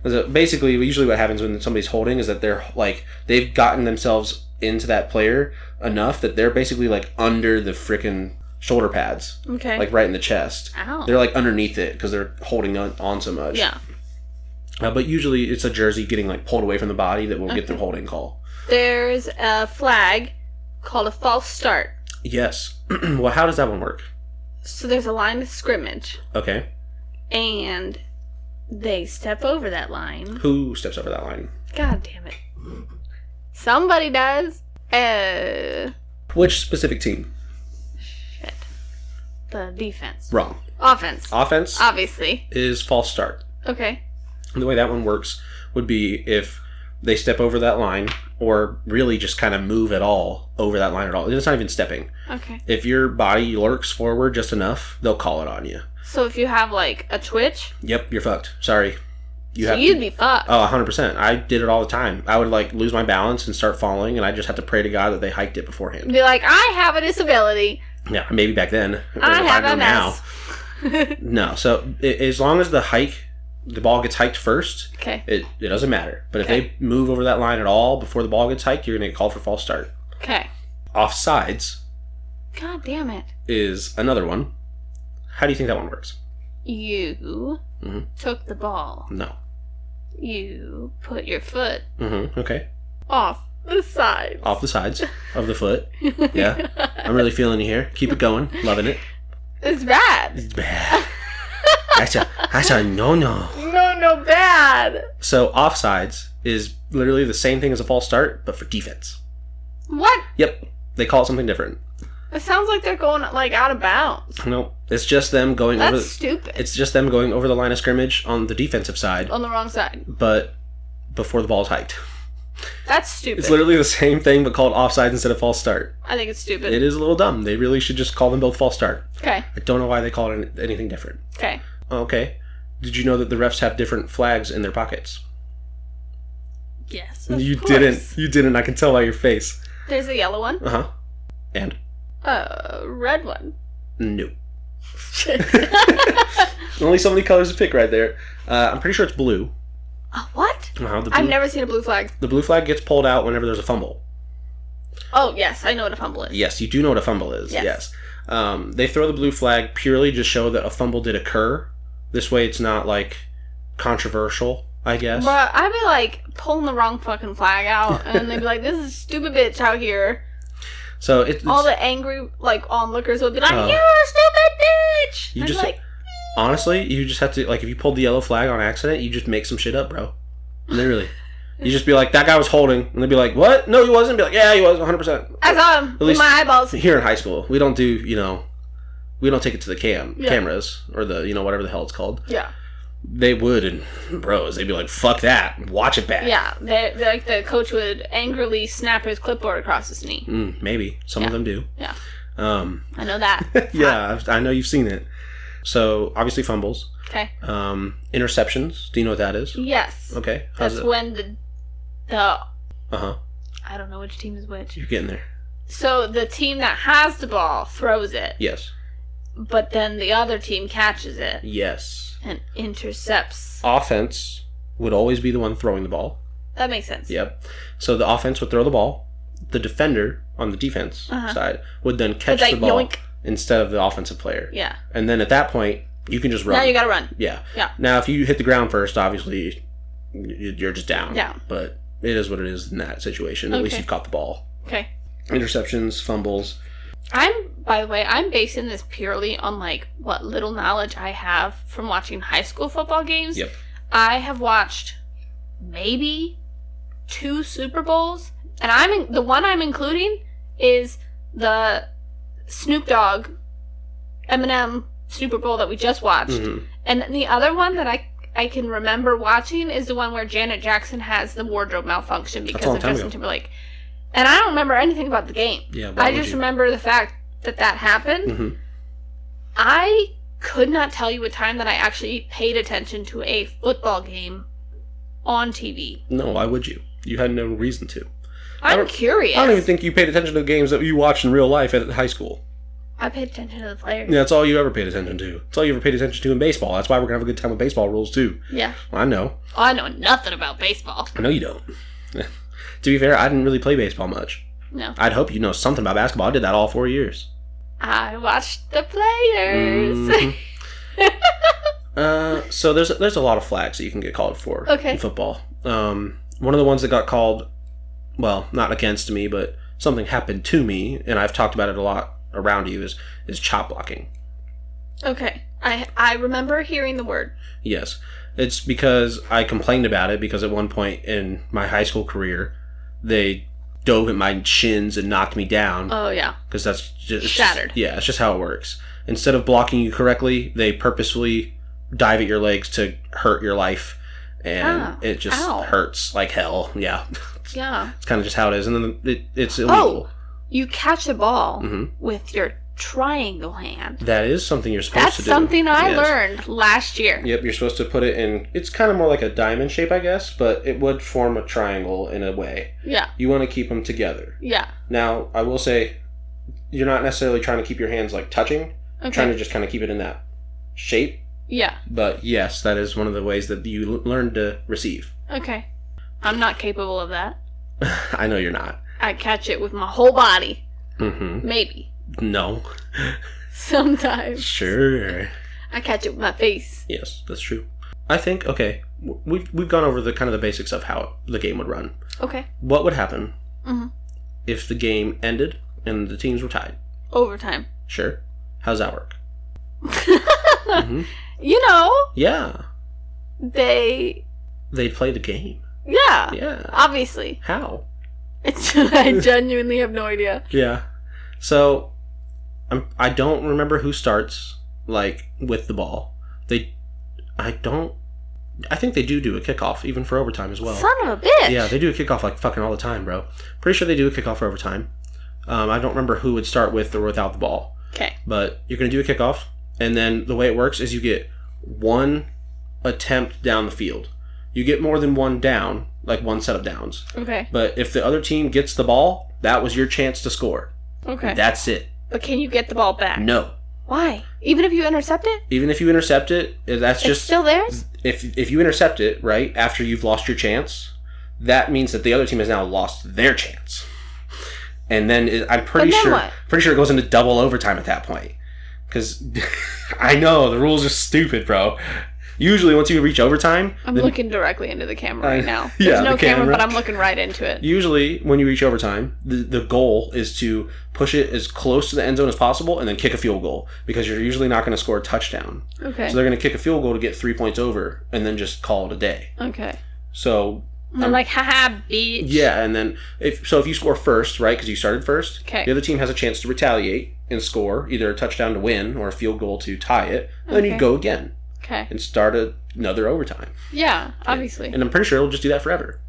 So basically, usually what happens when somebody's holding is that they're like they've gotten themselves into that player enough that they're basically like under the freaking shoulder pads,
okay.
like right in the chest.
Ow.
They're like underneath it because they're holding on, on so much.
yeah.
Uh, but usually it's a jersey getting like pulled away from the body that will get the holding call.
There's a flag called a false start.
Yes. well, how does that one work?
So there's a line of scrimmage,
Okay.
and they step over that line.
Who steps over that line?
God damn it. Somebody does. Uh,
Which specific team?
shit. The defense.
Wrong.
Offense.
Offense
Ah. Obviously.
is false start.
Okay.
the way that one works would be if they step over that line or really just kind of move at all over that line at all. It's not even stepping.
Okay.
If your body lurks forward just enough, they'll call it on you.
So if you have like a twitch,
Yep, you're fucked. Sorry. You
so
have
you'd
to.
be fucked.
Oh, 100%. I did it all the time. I would like lose my balance and start falling, and I just had to pray to God that they hiked it beforehand.
be like, I have a disability.
Yeah, maybe back then.
I
Or
have
know
a mess.
No, so i- as long as the hike, the ball gets hiked first,
okay.
It, it doesn't matter. But
Okay.
if they move over that line at all before the ball gets hiked, you're going to get called for false start.
Okay.
Offsides
God damn it.
is another one. How do you think that one works?
You
Mhm.
took the ball.
No.
You put your foot
hmm Okay.
off the side.
Off the sides of the foot. Yeah. I'm really feeling you here. Keep it going. Loving it.
it's bad.
It's bad. That's a, that's a no no.
No, no, bad.
So, offsides is literally the same thing as a false start, but for defense.
What?
Yep. They call it something different.
It sounds like they're going like out of bounds.
Nope. It's just them going
That's
over. The,
stupid.
it's just them going over the line of scrimmage on the defensive side.
on the wrong side.
but before the ball's hiked.
That's stupid.
It's literally the same thing, but called offside instead of false start.
I think it's stupid.
It is a little dumb. They really should just call them both false start.
okay.
I don't know why they call it any- anything different.
Okay.
Okay. Did you know that the refs have different flags in their pockets?
Yes. of
you
course.
didn't. You didn't. I can tell by your face.
There's a yellow one.
Uh huh. And
Uh, red one.
no.
Shit.
Only so many colors to pick right there. Uh, I'm pretty sure it's blue.
Uh, what?
Uh-huh. The blue,
I've never seen a blue flag.
the blue flag gets pulled out whenever there's a fumble.
Oh yes, I know what a fumble is.
Yes, you do know what a fumble is.
Yes.
Yes. Um, they throw the blue flag purely to show that a fumble did occur. This way, it's not like controversial. I guess.
But I'd be like pulling the wrong fucking flag out, and they'd be like, "This is a stupid bitch out here."
So it, it's
All the angry like onlookers would be like,
Oh.
"You're a stupid bitch."
You
I'd be
just-
like,
honestly, you just have to like if you pulled the yellow flag on accident, you just make some shit up, bro. Literally, you just be like, "That guy was holding," and they'd be like, "What? No, he wasn't." Be like, "Yeah, he was, 100."
"I
percent
saw him with
least-
my eyeballs."
Here in high school, we don't do you know, we don't take it to the cam
Yeah.
cameras or the you know whatever the hell it's called.
Yeah,
They would and bros, they'd be like, "Fuck that, watch it back."
yeah. They, they, like the coach would angrily snap his clipboard across his knee.
Mm, maybe some
Yeah.
of them do.
Yeah.
Um,
I know that.
yeah, I've, I know you've seen it. So obviously fumbles,
Okay.
um, interceptions. Do you know what that is?
Yes.
Okay.
That's
How's it?
when the the
Uh huh.
I don't know which team is which.
You're getting there.
So the team that has the ball throws it,
Yes.
but then the other team catches it
Yes.
and intercepts.
Offense would always be the one throwing the ball.
that makes sense.
Yep. So the offense would throw the ball. The defender on the defense
Uh-huh.
side would then
But
catch
that
the ball
yoink,
instead of the offensive player.
yeah.
And then at that point, you can just run.
Now you gotta run.
yeah.
Yeah.
Now, if you hit the ground first, obviously y- you're just down.
Down.
But it is what it is in that situation. At least
Okay.
you've caught the ball.
Okay.
Interceptions, fumbles.
I'm, by the way, I'm basing this purely on like what little knowledge I have from watching high school football games.
Yep.
I have watched maybe two Super Bowls, and I'm in, the one I'm including is the Snoop Dogg Eminem Super Bowl that we just watched,
Mhm.
and the other one that I I can remember watching is the one where Janet Jackson has the wardrobe malfunction because
long
of
time
Justin
ago.
Timberlake, and I don't remember anything about the game.
Yeah. why
I
would
just
you?
remember the fact that that happened.
Mhm.
I could not tell you a time that I actually paid attention to a football game on TV.
No, why would you? You had no reason to. I
I'm
don't-
curious.
I
I,
don't even think you paid attention to the games that you watched in real life at high school.
paid attention to the players.
Yeah, that's all you ever paid attention to. That's all you ever paid attention to in baseball. That's why we're gonna have a good time with baseball rules too.
Yeah.
I know.
Oh, I know nothing about baseball.
I know you don't. to be fair, I didn't really play baseball much.
No.
I'd hope you know something about basketball. I did that all four years.
I watched the players.
Mhm. uh, so there's there's a lot of flags that you can get called for
Okay.
in football. Um, one of the ones that got called, well, not against me, but something happened to me, and I've talked about it a lot around you is is chop blocking.
okay. I I remember hearing the word.
Yes. It's because I complained about it because at one point in my high school career, they dove at my shins and knocked me down
Oh yeah.
because that's just it's just-
Shattered.
yeah, it's just how it works. Instead of blocking you correctly, they purposefully dive at your legs to hurt your life, and
Ah,
it just
ow.
hurts like hell. Yeah,
Yeah.
it's kind of just how it is, and then it, it's
Oh.
illegal.
You catch a ball
hmm
with your triangle hand.
That is something you're supposed
That's
to do.
something I
Yes.
learned last year.
Yep, you're supposed to put it in. It's kind of more like a diamond shape, I guess, but it would form a triangle in a way.
Yeah.
You want to keep them together.
Yeah.
Now, I will say, you're not necessarily trying to keep your hands like touching,
Okay.
trying to just kind of keep it in that shape.
yeah.
But yes, that is one of the ways that you l- learn to receive.
Okay. I'm not capable of that.
I know you're not.
I catch it with my whole body.
Mm-hmm.
Maybe.
No.
Sometimes.
Sure.
I catch it with my face.
Yes, that's true. I think okay, w- we've we've gone over the kind of the basics of how the game would run.
Okay.
What would happen
Mhm.
if the game ended and the teams were tied?
Overtime.
Sure. How's that work? hmm
you know,
Yeah,
they.
they play the game.
Yeah.
Yeah.
Obviously.
How?
It's I genuinely have no idea.
Yeah. So, I'm I don't remember who starts like with the ball. They, I don't. I think they do do a kickoff even for overtime as well.
Son of a bitch.
Yeah, they do a kickoff like fucking all the time, bro. Pretty sure they do a kickoff for overtime. Um, I don't remember who would start with or without the ball.
Okay.
but you're going to do a kickoff and then the way it works is you get one attempt down the field you get more than one down like one set of downs
Okay.
but if the other team gets the ball that was your chance to score
Okay.
that's it
but can you get the ball back?
no
Why? Even if you intercept it?
even if you intercept it that's
it's
just
still theirs?
if if you intercept it right after you've lost your chance that means that the other team has now lost their chance and then it, i'm pretty
But then
sure
what?
pretty sure it goes into double overtime at that point because i know the rules are stupid bro usually once you reach overtime
I'm
the-
looking directly into the camera
I-
right now. There's
yeah,
no
the
camera,
camera.
but I'm looking right into it.
usually when you reach overtime the, the goal is to push it as close to the end zone as possible and then kick a field goal because you're usually not going to score a touchdown
Okay.
so they're going to kick a field goal to get three points over and then just call it a day
okay.
so
I'm like, haha, bitch.
Yeah, and then if so, if you score first, right, because you started first,
Okay.
the other team has a chance to retaliate and score either a touchdown to win or a field goal to tie it. And Then you
Okay.
go again
Okay.
and start a, another overtime,
Yeah, obviously.
and I'm pretty sure it'll just do that forever.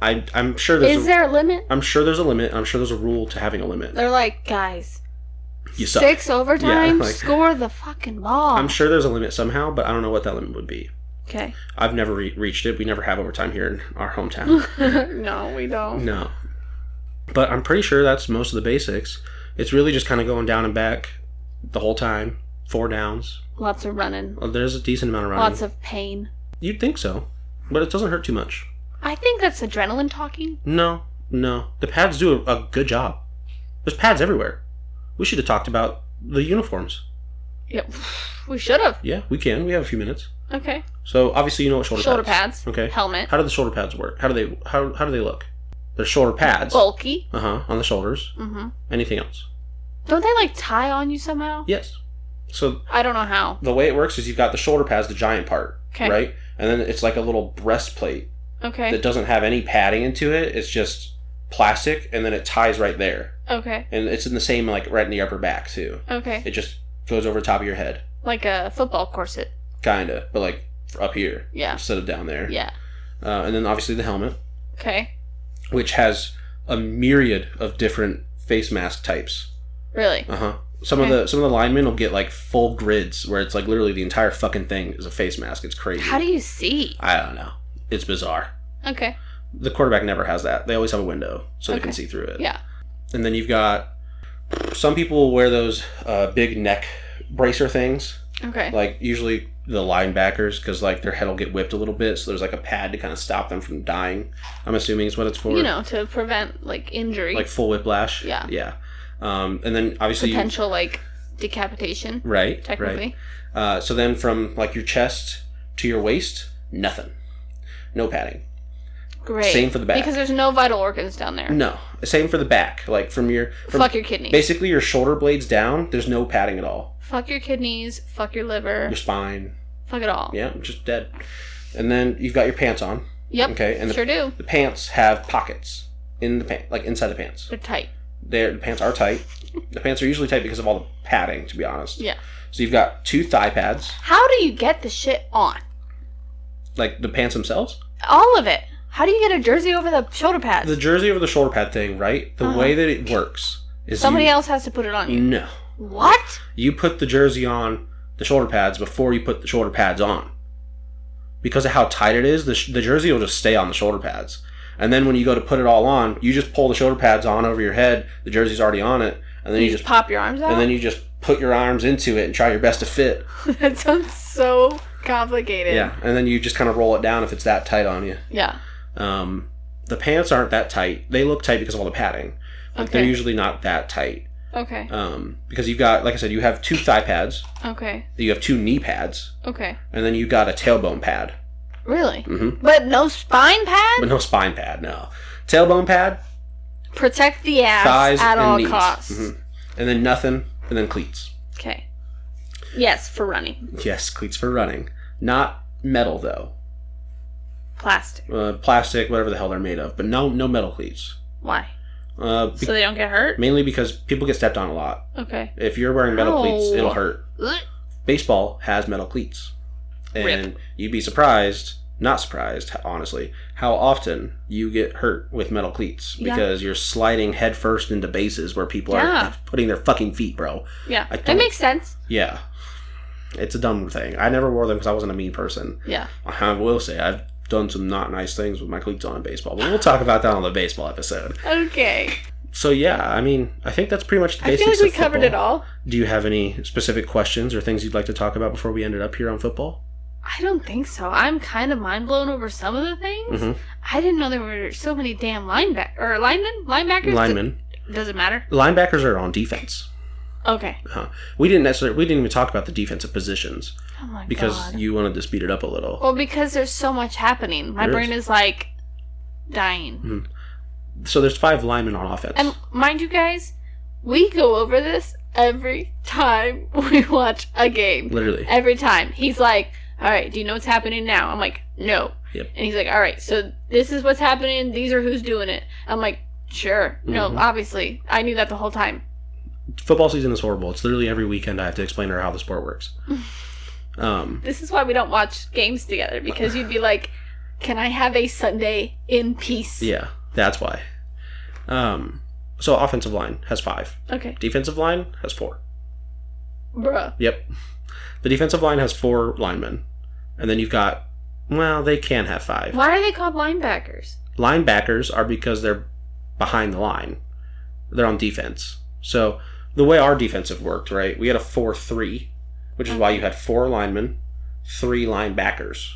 I I'm sure there's
Is
a,
there a limit?
I'm sure there's a limit. I'm sure there's a rule to having a limit.
They're like, guys,
You suck.
six overtime,
like-
score the fucking ball.
I'm sure there's a limit somehow, but I don't know what that limit would be.
okay.
I've never re- reached it. We never have overtime here in our hometown.
no, we don't.
No. But I'm pretty sure that's most of the basics. It's really just kind of going down and back the whole time. Four downs. Uh,
Lots of running,
Well, There's a decent amount of running.
lots of pain.
You'd think so, but it doesn't hurt too much.
I think that's adrenaline talking.
No, no. The pads do a, a good job. There's pads everywhere. We should have talked about the uniforms.
Yeah, we should have.
Yeah, we can. We have a few minutes.
Okay.
So obviously you know what shoulder,
Shoulder
pads.
pads.
Okay.
Helmet.
How do the shoulder pads work? How do they how how do they look? They're shoulder pads.
Bulky.
Uh huh. On the shoulders.
Mm-hmm.
Anything else?
Don't they like tie on you somehow?
Yes. So
I don't know how.
the way it works is you've got the shoulder pads, the giant part,
Okay.
right? And then it's like a little breastplate
Okay.
that doesn't have any padding into it. It's just plastic, and then it ties right there,
okay.
and it's in the same like right in the upper back too.
Okay.
It just goes over the top of your head,
Like a football corset.
kinda, but like up here
Yeah.
instead of down there.
Yeah.
Uh, and then obviously the helmet,
Okay.
which has a myriad of different face mask types.
Really?
Uh huh. Some of
Okay.
the some of the linemen will get like full grids where it's like literally the entire fucking thing is a face mask. It's crazy.
How do you see?
I don't know. It's bizarre.
Okay.
The quarterback never has that. They always have a window so they can
Okay.
see through it.
Yeah.
And then you've got some people will wear those uh, big neck bracer things,
Okay.
like usually the linebackers, because like their head will get whipped a little bit, so there's like a pad to kind of stop them from dying. I'm assuming is what it's for.
You know, to prevent like injury,
like full whiplash.
Yeah.
Yeah. Um, and then obviously you-
potential like decapitation,
right right.
technically.
Uh, so then from like your chest to your waist, nothing. No padding.
Great.
Same for the back.
Because there's no vital organs down there.
No. Same for the back. Like from your from
fuck your kidneys.
basically your shoulder blades down, there's no padding at all.
fuck your kidneys. Fuck your liver.
Your spine.
fuck it all.
Yeah, just dead. And then you've got your pants on.
Yep.
Okay. And the,
sure do.
the pants have pockets in the pant like inside the pants.
They're tight.
They're, the pants are tight. the pants are usually tight because of all the padding, to be honest.
Yeah.
So you've got two thigh pads,
How do you get the shit on?
like the pants themselves.
All of it. How do you get a jersey over the shoulder pads?
The jersey over the shoulder pad thing, right? The
Uh-huh.
way that it works is
Somebody
you,
else has to put it on you.
No.
What?
You put the jersey on the shoulder pads before you put the shoulder pads on. Because of how tight it is, the, sh- the jersey will just stay on the shoulder pads. And then when you go to put it all on, you just pull the shoulder pads on over your head. The jersey's already on it, and then you, just
pop your arms out.
and then you just put your arms into it and try your best to fit.
that sounds so complicated.
Yeah, and then you just kind of roll it down if it's that tight on you.
Yeah.
Um, the pants aren't that tight. They look tight because of all the padding. Like they're
Okay.
usually not that tight.
Okay.
Um, because you've got, like I said, you have two thigh pads,
Okay.
you have two knee pads,
Okay.
and then you got a tailbone pad.
Really?
hmm
But no spine pad?
But no spine pad, no. Tailbone pad,
Protect the ass
thighs,
at
and
all
knees.
costs.
Mhm. And then nothing, and then cleats.
Okay. Yes, for running.
Yes, cleats for running. Not metal, though.
Plastic.
Uh, plastic, whatever the hell they're made of, but no, no metal cleats.
Why?
Uh, be-
So they don't get hurt?
mainly because people get stepped on a lot.
Okay.
If you're wearing metal
Ow.
cleats, it'll hurt.
Ugh.
Baseball has metal cleats.
Rip.
And you'd be surprised, not surprised, honestly, how often you get hurt with metal cleats
Yeah.
because you're sliding headfirst into bases where people
Yeah.
are putting their fucking feet, bro.
Yeah.
I
That
don't-
makes sense.
Yeah. It's a dumb thing. I never wore them because I wasn't a mean person.
Yeah.
I will say I've done some not nice things with my cleats on in baseball, but we'll talk about that on the baseball episode.
Okay.
So yeah, I mean, I think that's pretty much the
I
basics.
feel like we
of
covered
football.
it all.
Do you have any specific questions or things you'd like to talk about before we ended up here on football?
I don't think so. I'm kind of mind blown over some of the things.
Mhm.
I didn't know there were so many damn lineback or linemen, linebackers.
Linemen,
Does it matter?
linebackers are on defense.
Okay.
We didn't necessarily we didn't even talk about the defensive positions
Oh my
because
god.
you wanted to speed it up a little.
well, because there's so much happening, my
There
brain is like dying.
So there's five linemen on offense.
And mind you guys, we go over this every time we watch a game.
Literally,
Every time. He's like, "All right, do you know what's happening now?" I'm like, "No."
Yep.
And he's like, "All right, so this is what's happening. These are who's doing it." I'm like, "Sure." No,
Mhm.
obviously. I knew that the whole time.
football season is horrible. It's literally every weekend I have to explain to her how the sport works. um,
This is why we don't watch games together because you'd be like, "Can I have a Sunday in peace?"
Yeah, that's why. Um, so offensive line has five.
Okay.
Defensive line has four.
Bruh.
Yep. The defensive line has four linemen, and then you've got well, they can have five.
Why are they called linebackers?
Linebackers are because they're behind the line. They're on defense. So the way our defensive worked, right? We had a four-three, which is why you had four linemen, three linebackers,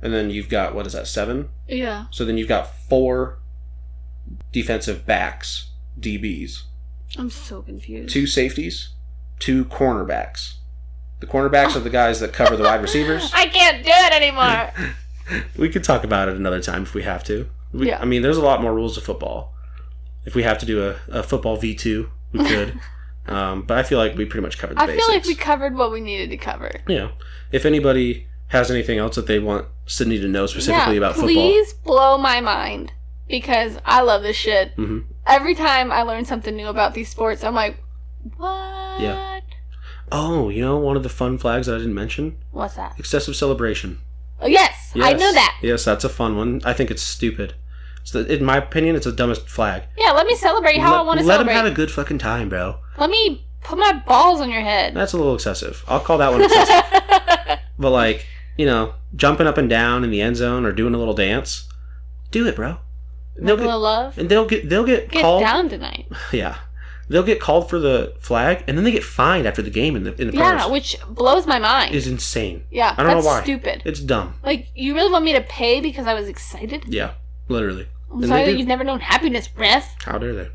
and then you've got what is that seven?
Yeah.
So then you've got four defensive backs, DBs,
I'm so confused.
two safeties, two cornerbacks. The cornerbacks are the guys that cover the wide receivers. Mm.
I can't do it anymore.
We could talk about it another time if we have to. We,
Yeah.
I mean, there's a lot more rules to football. If we have to do a, a football V2, we could. um, but I feel like we pretty much covered the
I
basics.
feel like we covered what we needed to cover.
you know, if anybody has anything else that they want Sydney to know specifically about football,
Please blow my mind because I love this shit.
Mhm.
Every time I learn something new about these sports, I'm like, what?
Yeah. oh, you know, one of the fun flags that I didn't mention
What's that?
excessive celebration.
Oh, yes, I
Yes.
know that.
Yes, that's a fun one. I think it's stupid. It's the, in my opinion, it's the dumbest flag.
Yeah, let me celebrate how
let,
I want to
let 'em
celebrate.
have a good fucking time, bro.
Let me put my balls on your head.
That's a little excessive. I'll call that one excessive. but like, you know, jumping up and down in the end zone or doing a little dance, do it, bro. They'll
Little
get,
love.
and they'll get they'll get,
Get
called.
down tonight.
Yeah, they'll get called for the flag, and then they get fined after the game in the in the
Yeah,
pros.
which blows my mind.
Is insane.
yeah,
I don't know
that's
why.
stupid.
It's dumb.
Like, you really want me to pay because I was excited?
Yeah, literally.
I'm
And
sorry
they
that
do.
you've never known happiness, ref.
How dare they?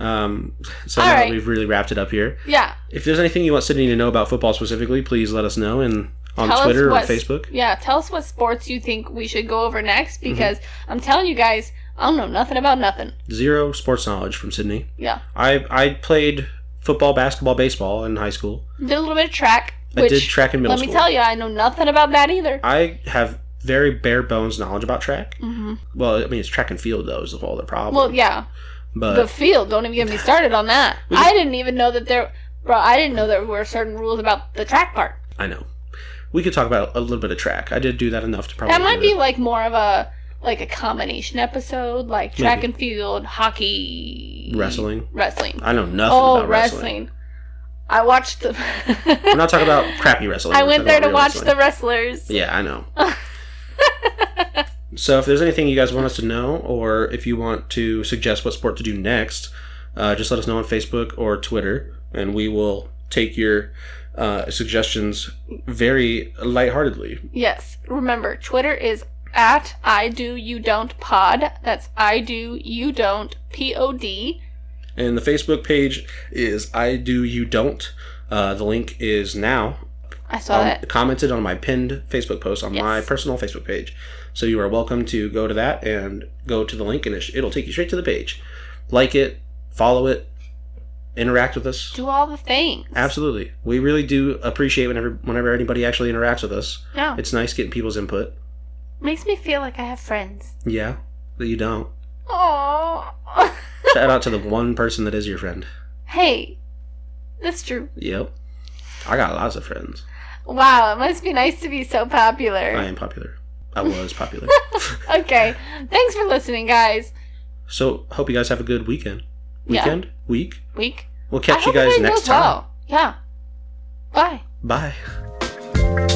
Um, so
All
now that
right.
we've really wrapped it up here.
Yeah,
If there's anything you want Sydney to know about football specifically, please let us know and on
Tell us
Twitter or
what-
Facebook.
yeah. Tell us what sports you think we should go over next
Mm-hmm.
because I'm telling you guys, I don't know nothing about nothing.
Zero sports knowledge from Sydney.
Yeah,
I I played football, basketball, baseball in high school.
did a little bit of track,
I
which
did track in middle
let me
school.
tell you, I know nothing about that either.
I have very bare bones knowledge about track.
hmm
Well, I mean it's track and field though is the whole other problem.
Well, yeah,
but
the field. Don't even get me started on that.
We
I didn't even know that there, bro. I didn't know there were certain rules about the track part.
I know we could talk about a little bit of track. I did do that enough to probably.
That might
do
be
it.
like more of a like a combination episode, like track
Maybe.
and field, hockey,
wrestling.
wrestling.
I know nothing
Oh,
about
wrestling.
wrestling.
I watched the.
We're not talking about crappy wrestling.
I
We're
went
talking
there
about
to
real
watch the
wrestling.
wrestlers.
Yeah, I know. so if there's anything you guys want us to know, or if you want to suggest what sport to do next, uh, just let us know on Facebook or Twitter, and we will take your uh, suggestions very lightheartedly.
Yes. Remember, Twitter is at I do you don't pod. That's I do you don't p o d.
And the Facebook page is I Do You Don't. Uh, the link is now
I saw
um,
that.
commented on my pinned Facebook post on
Yes.
my personal Facebook page. So you are welcome to go to that and go to the link, and it sh- it'll take you straight to the page. Like it, follow it, interact with us.
Do all the things.
Absolutely, we really do appreciate whenever whenever anybody actually interacts with us.
No,
It's nice getting people's input.
makes me feel like I have friends.
Yeah, that you don't.
Oh.
Shout out to the one person that is your friend.
hey, that's true.
Yep, I got lots of friends.
Wow, it must be nice to be so popular.
I am popular. I was popular.
Okay, thanks for listening, guys.
so hope you guys have a good weekend.
Yeah.
Weekend, week.
Week.
We'll
I
catch you
hope
guys
everything
next
goes
time.
well. Yeah. Bye.
Bye.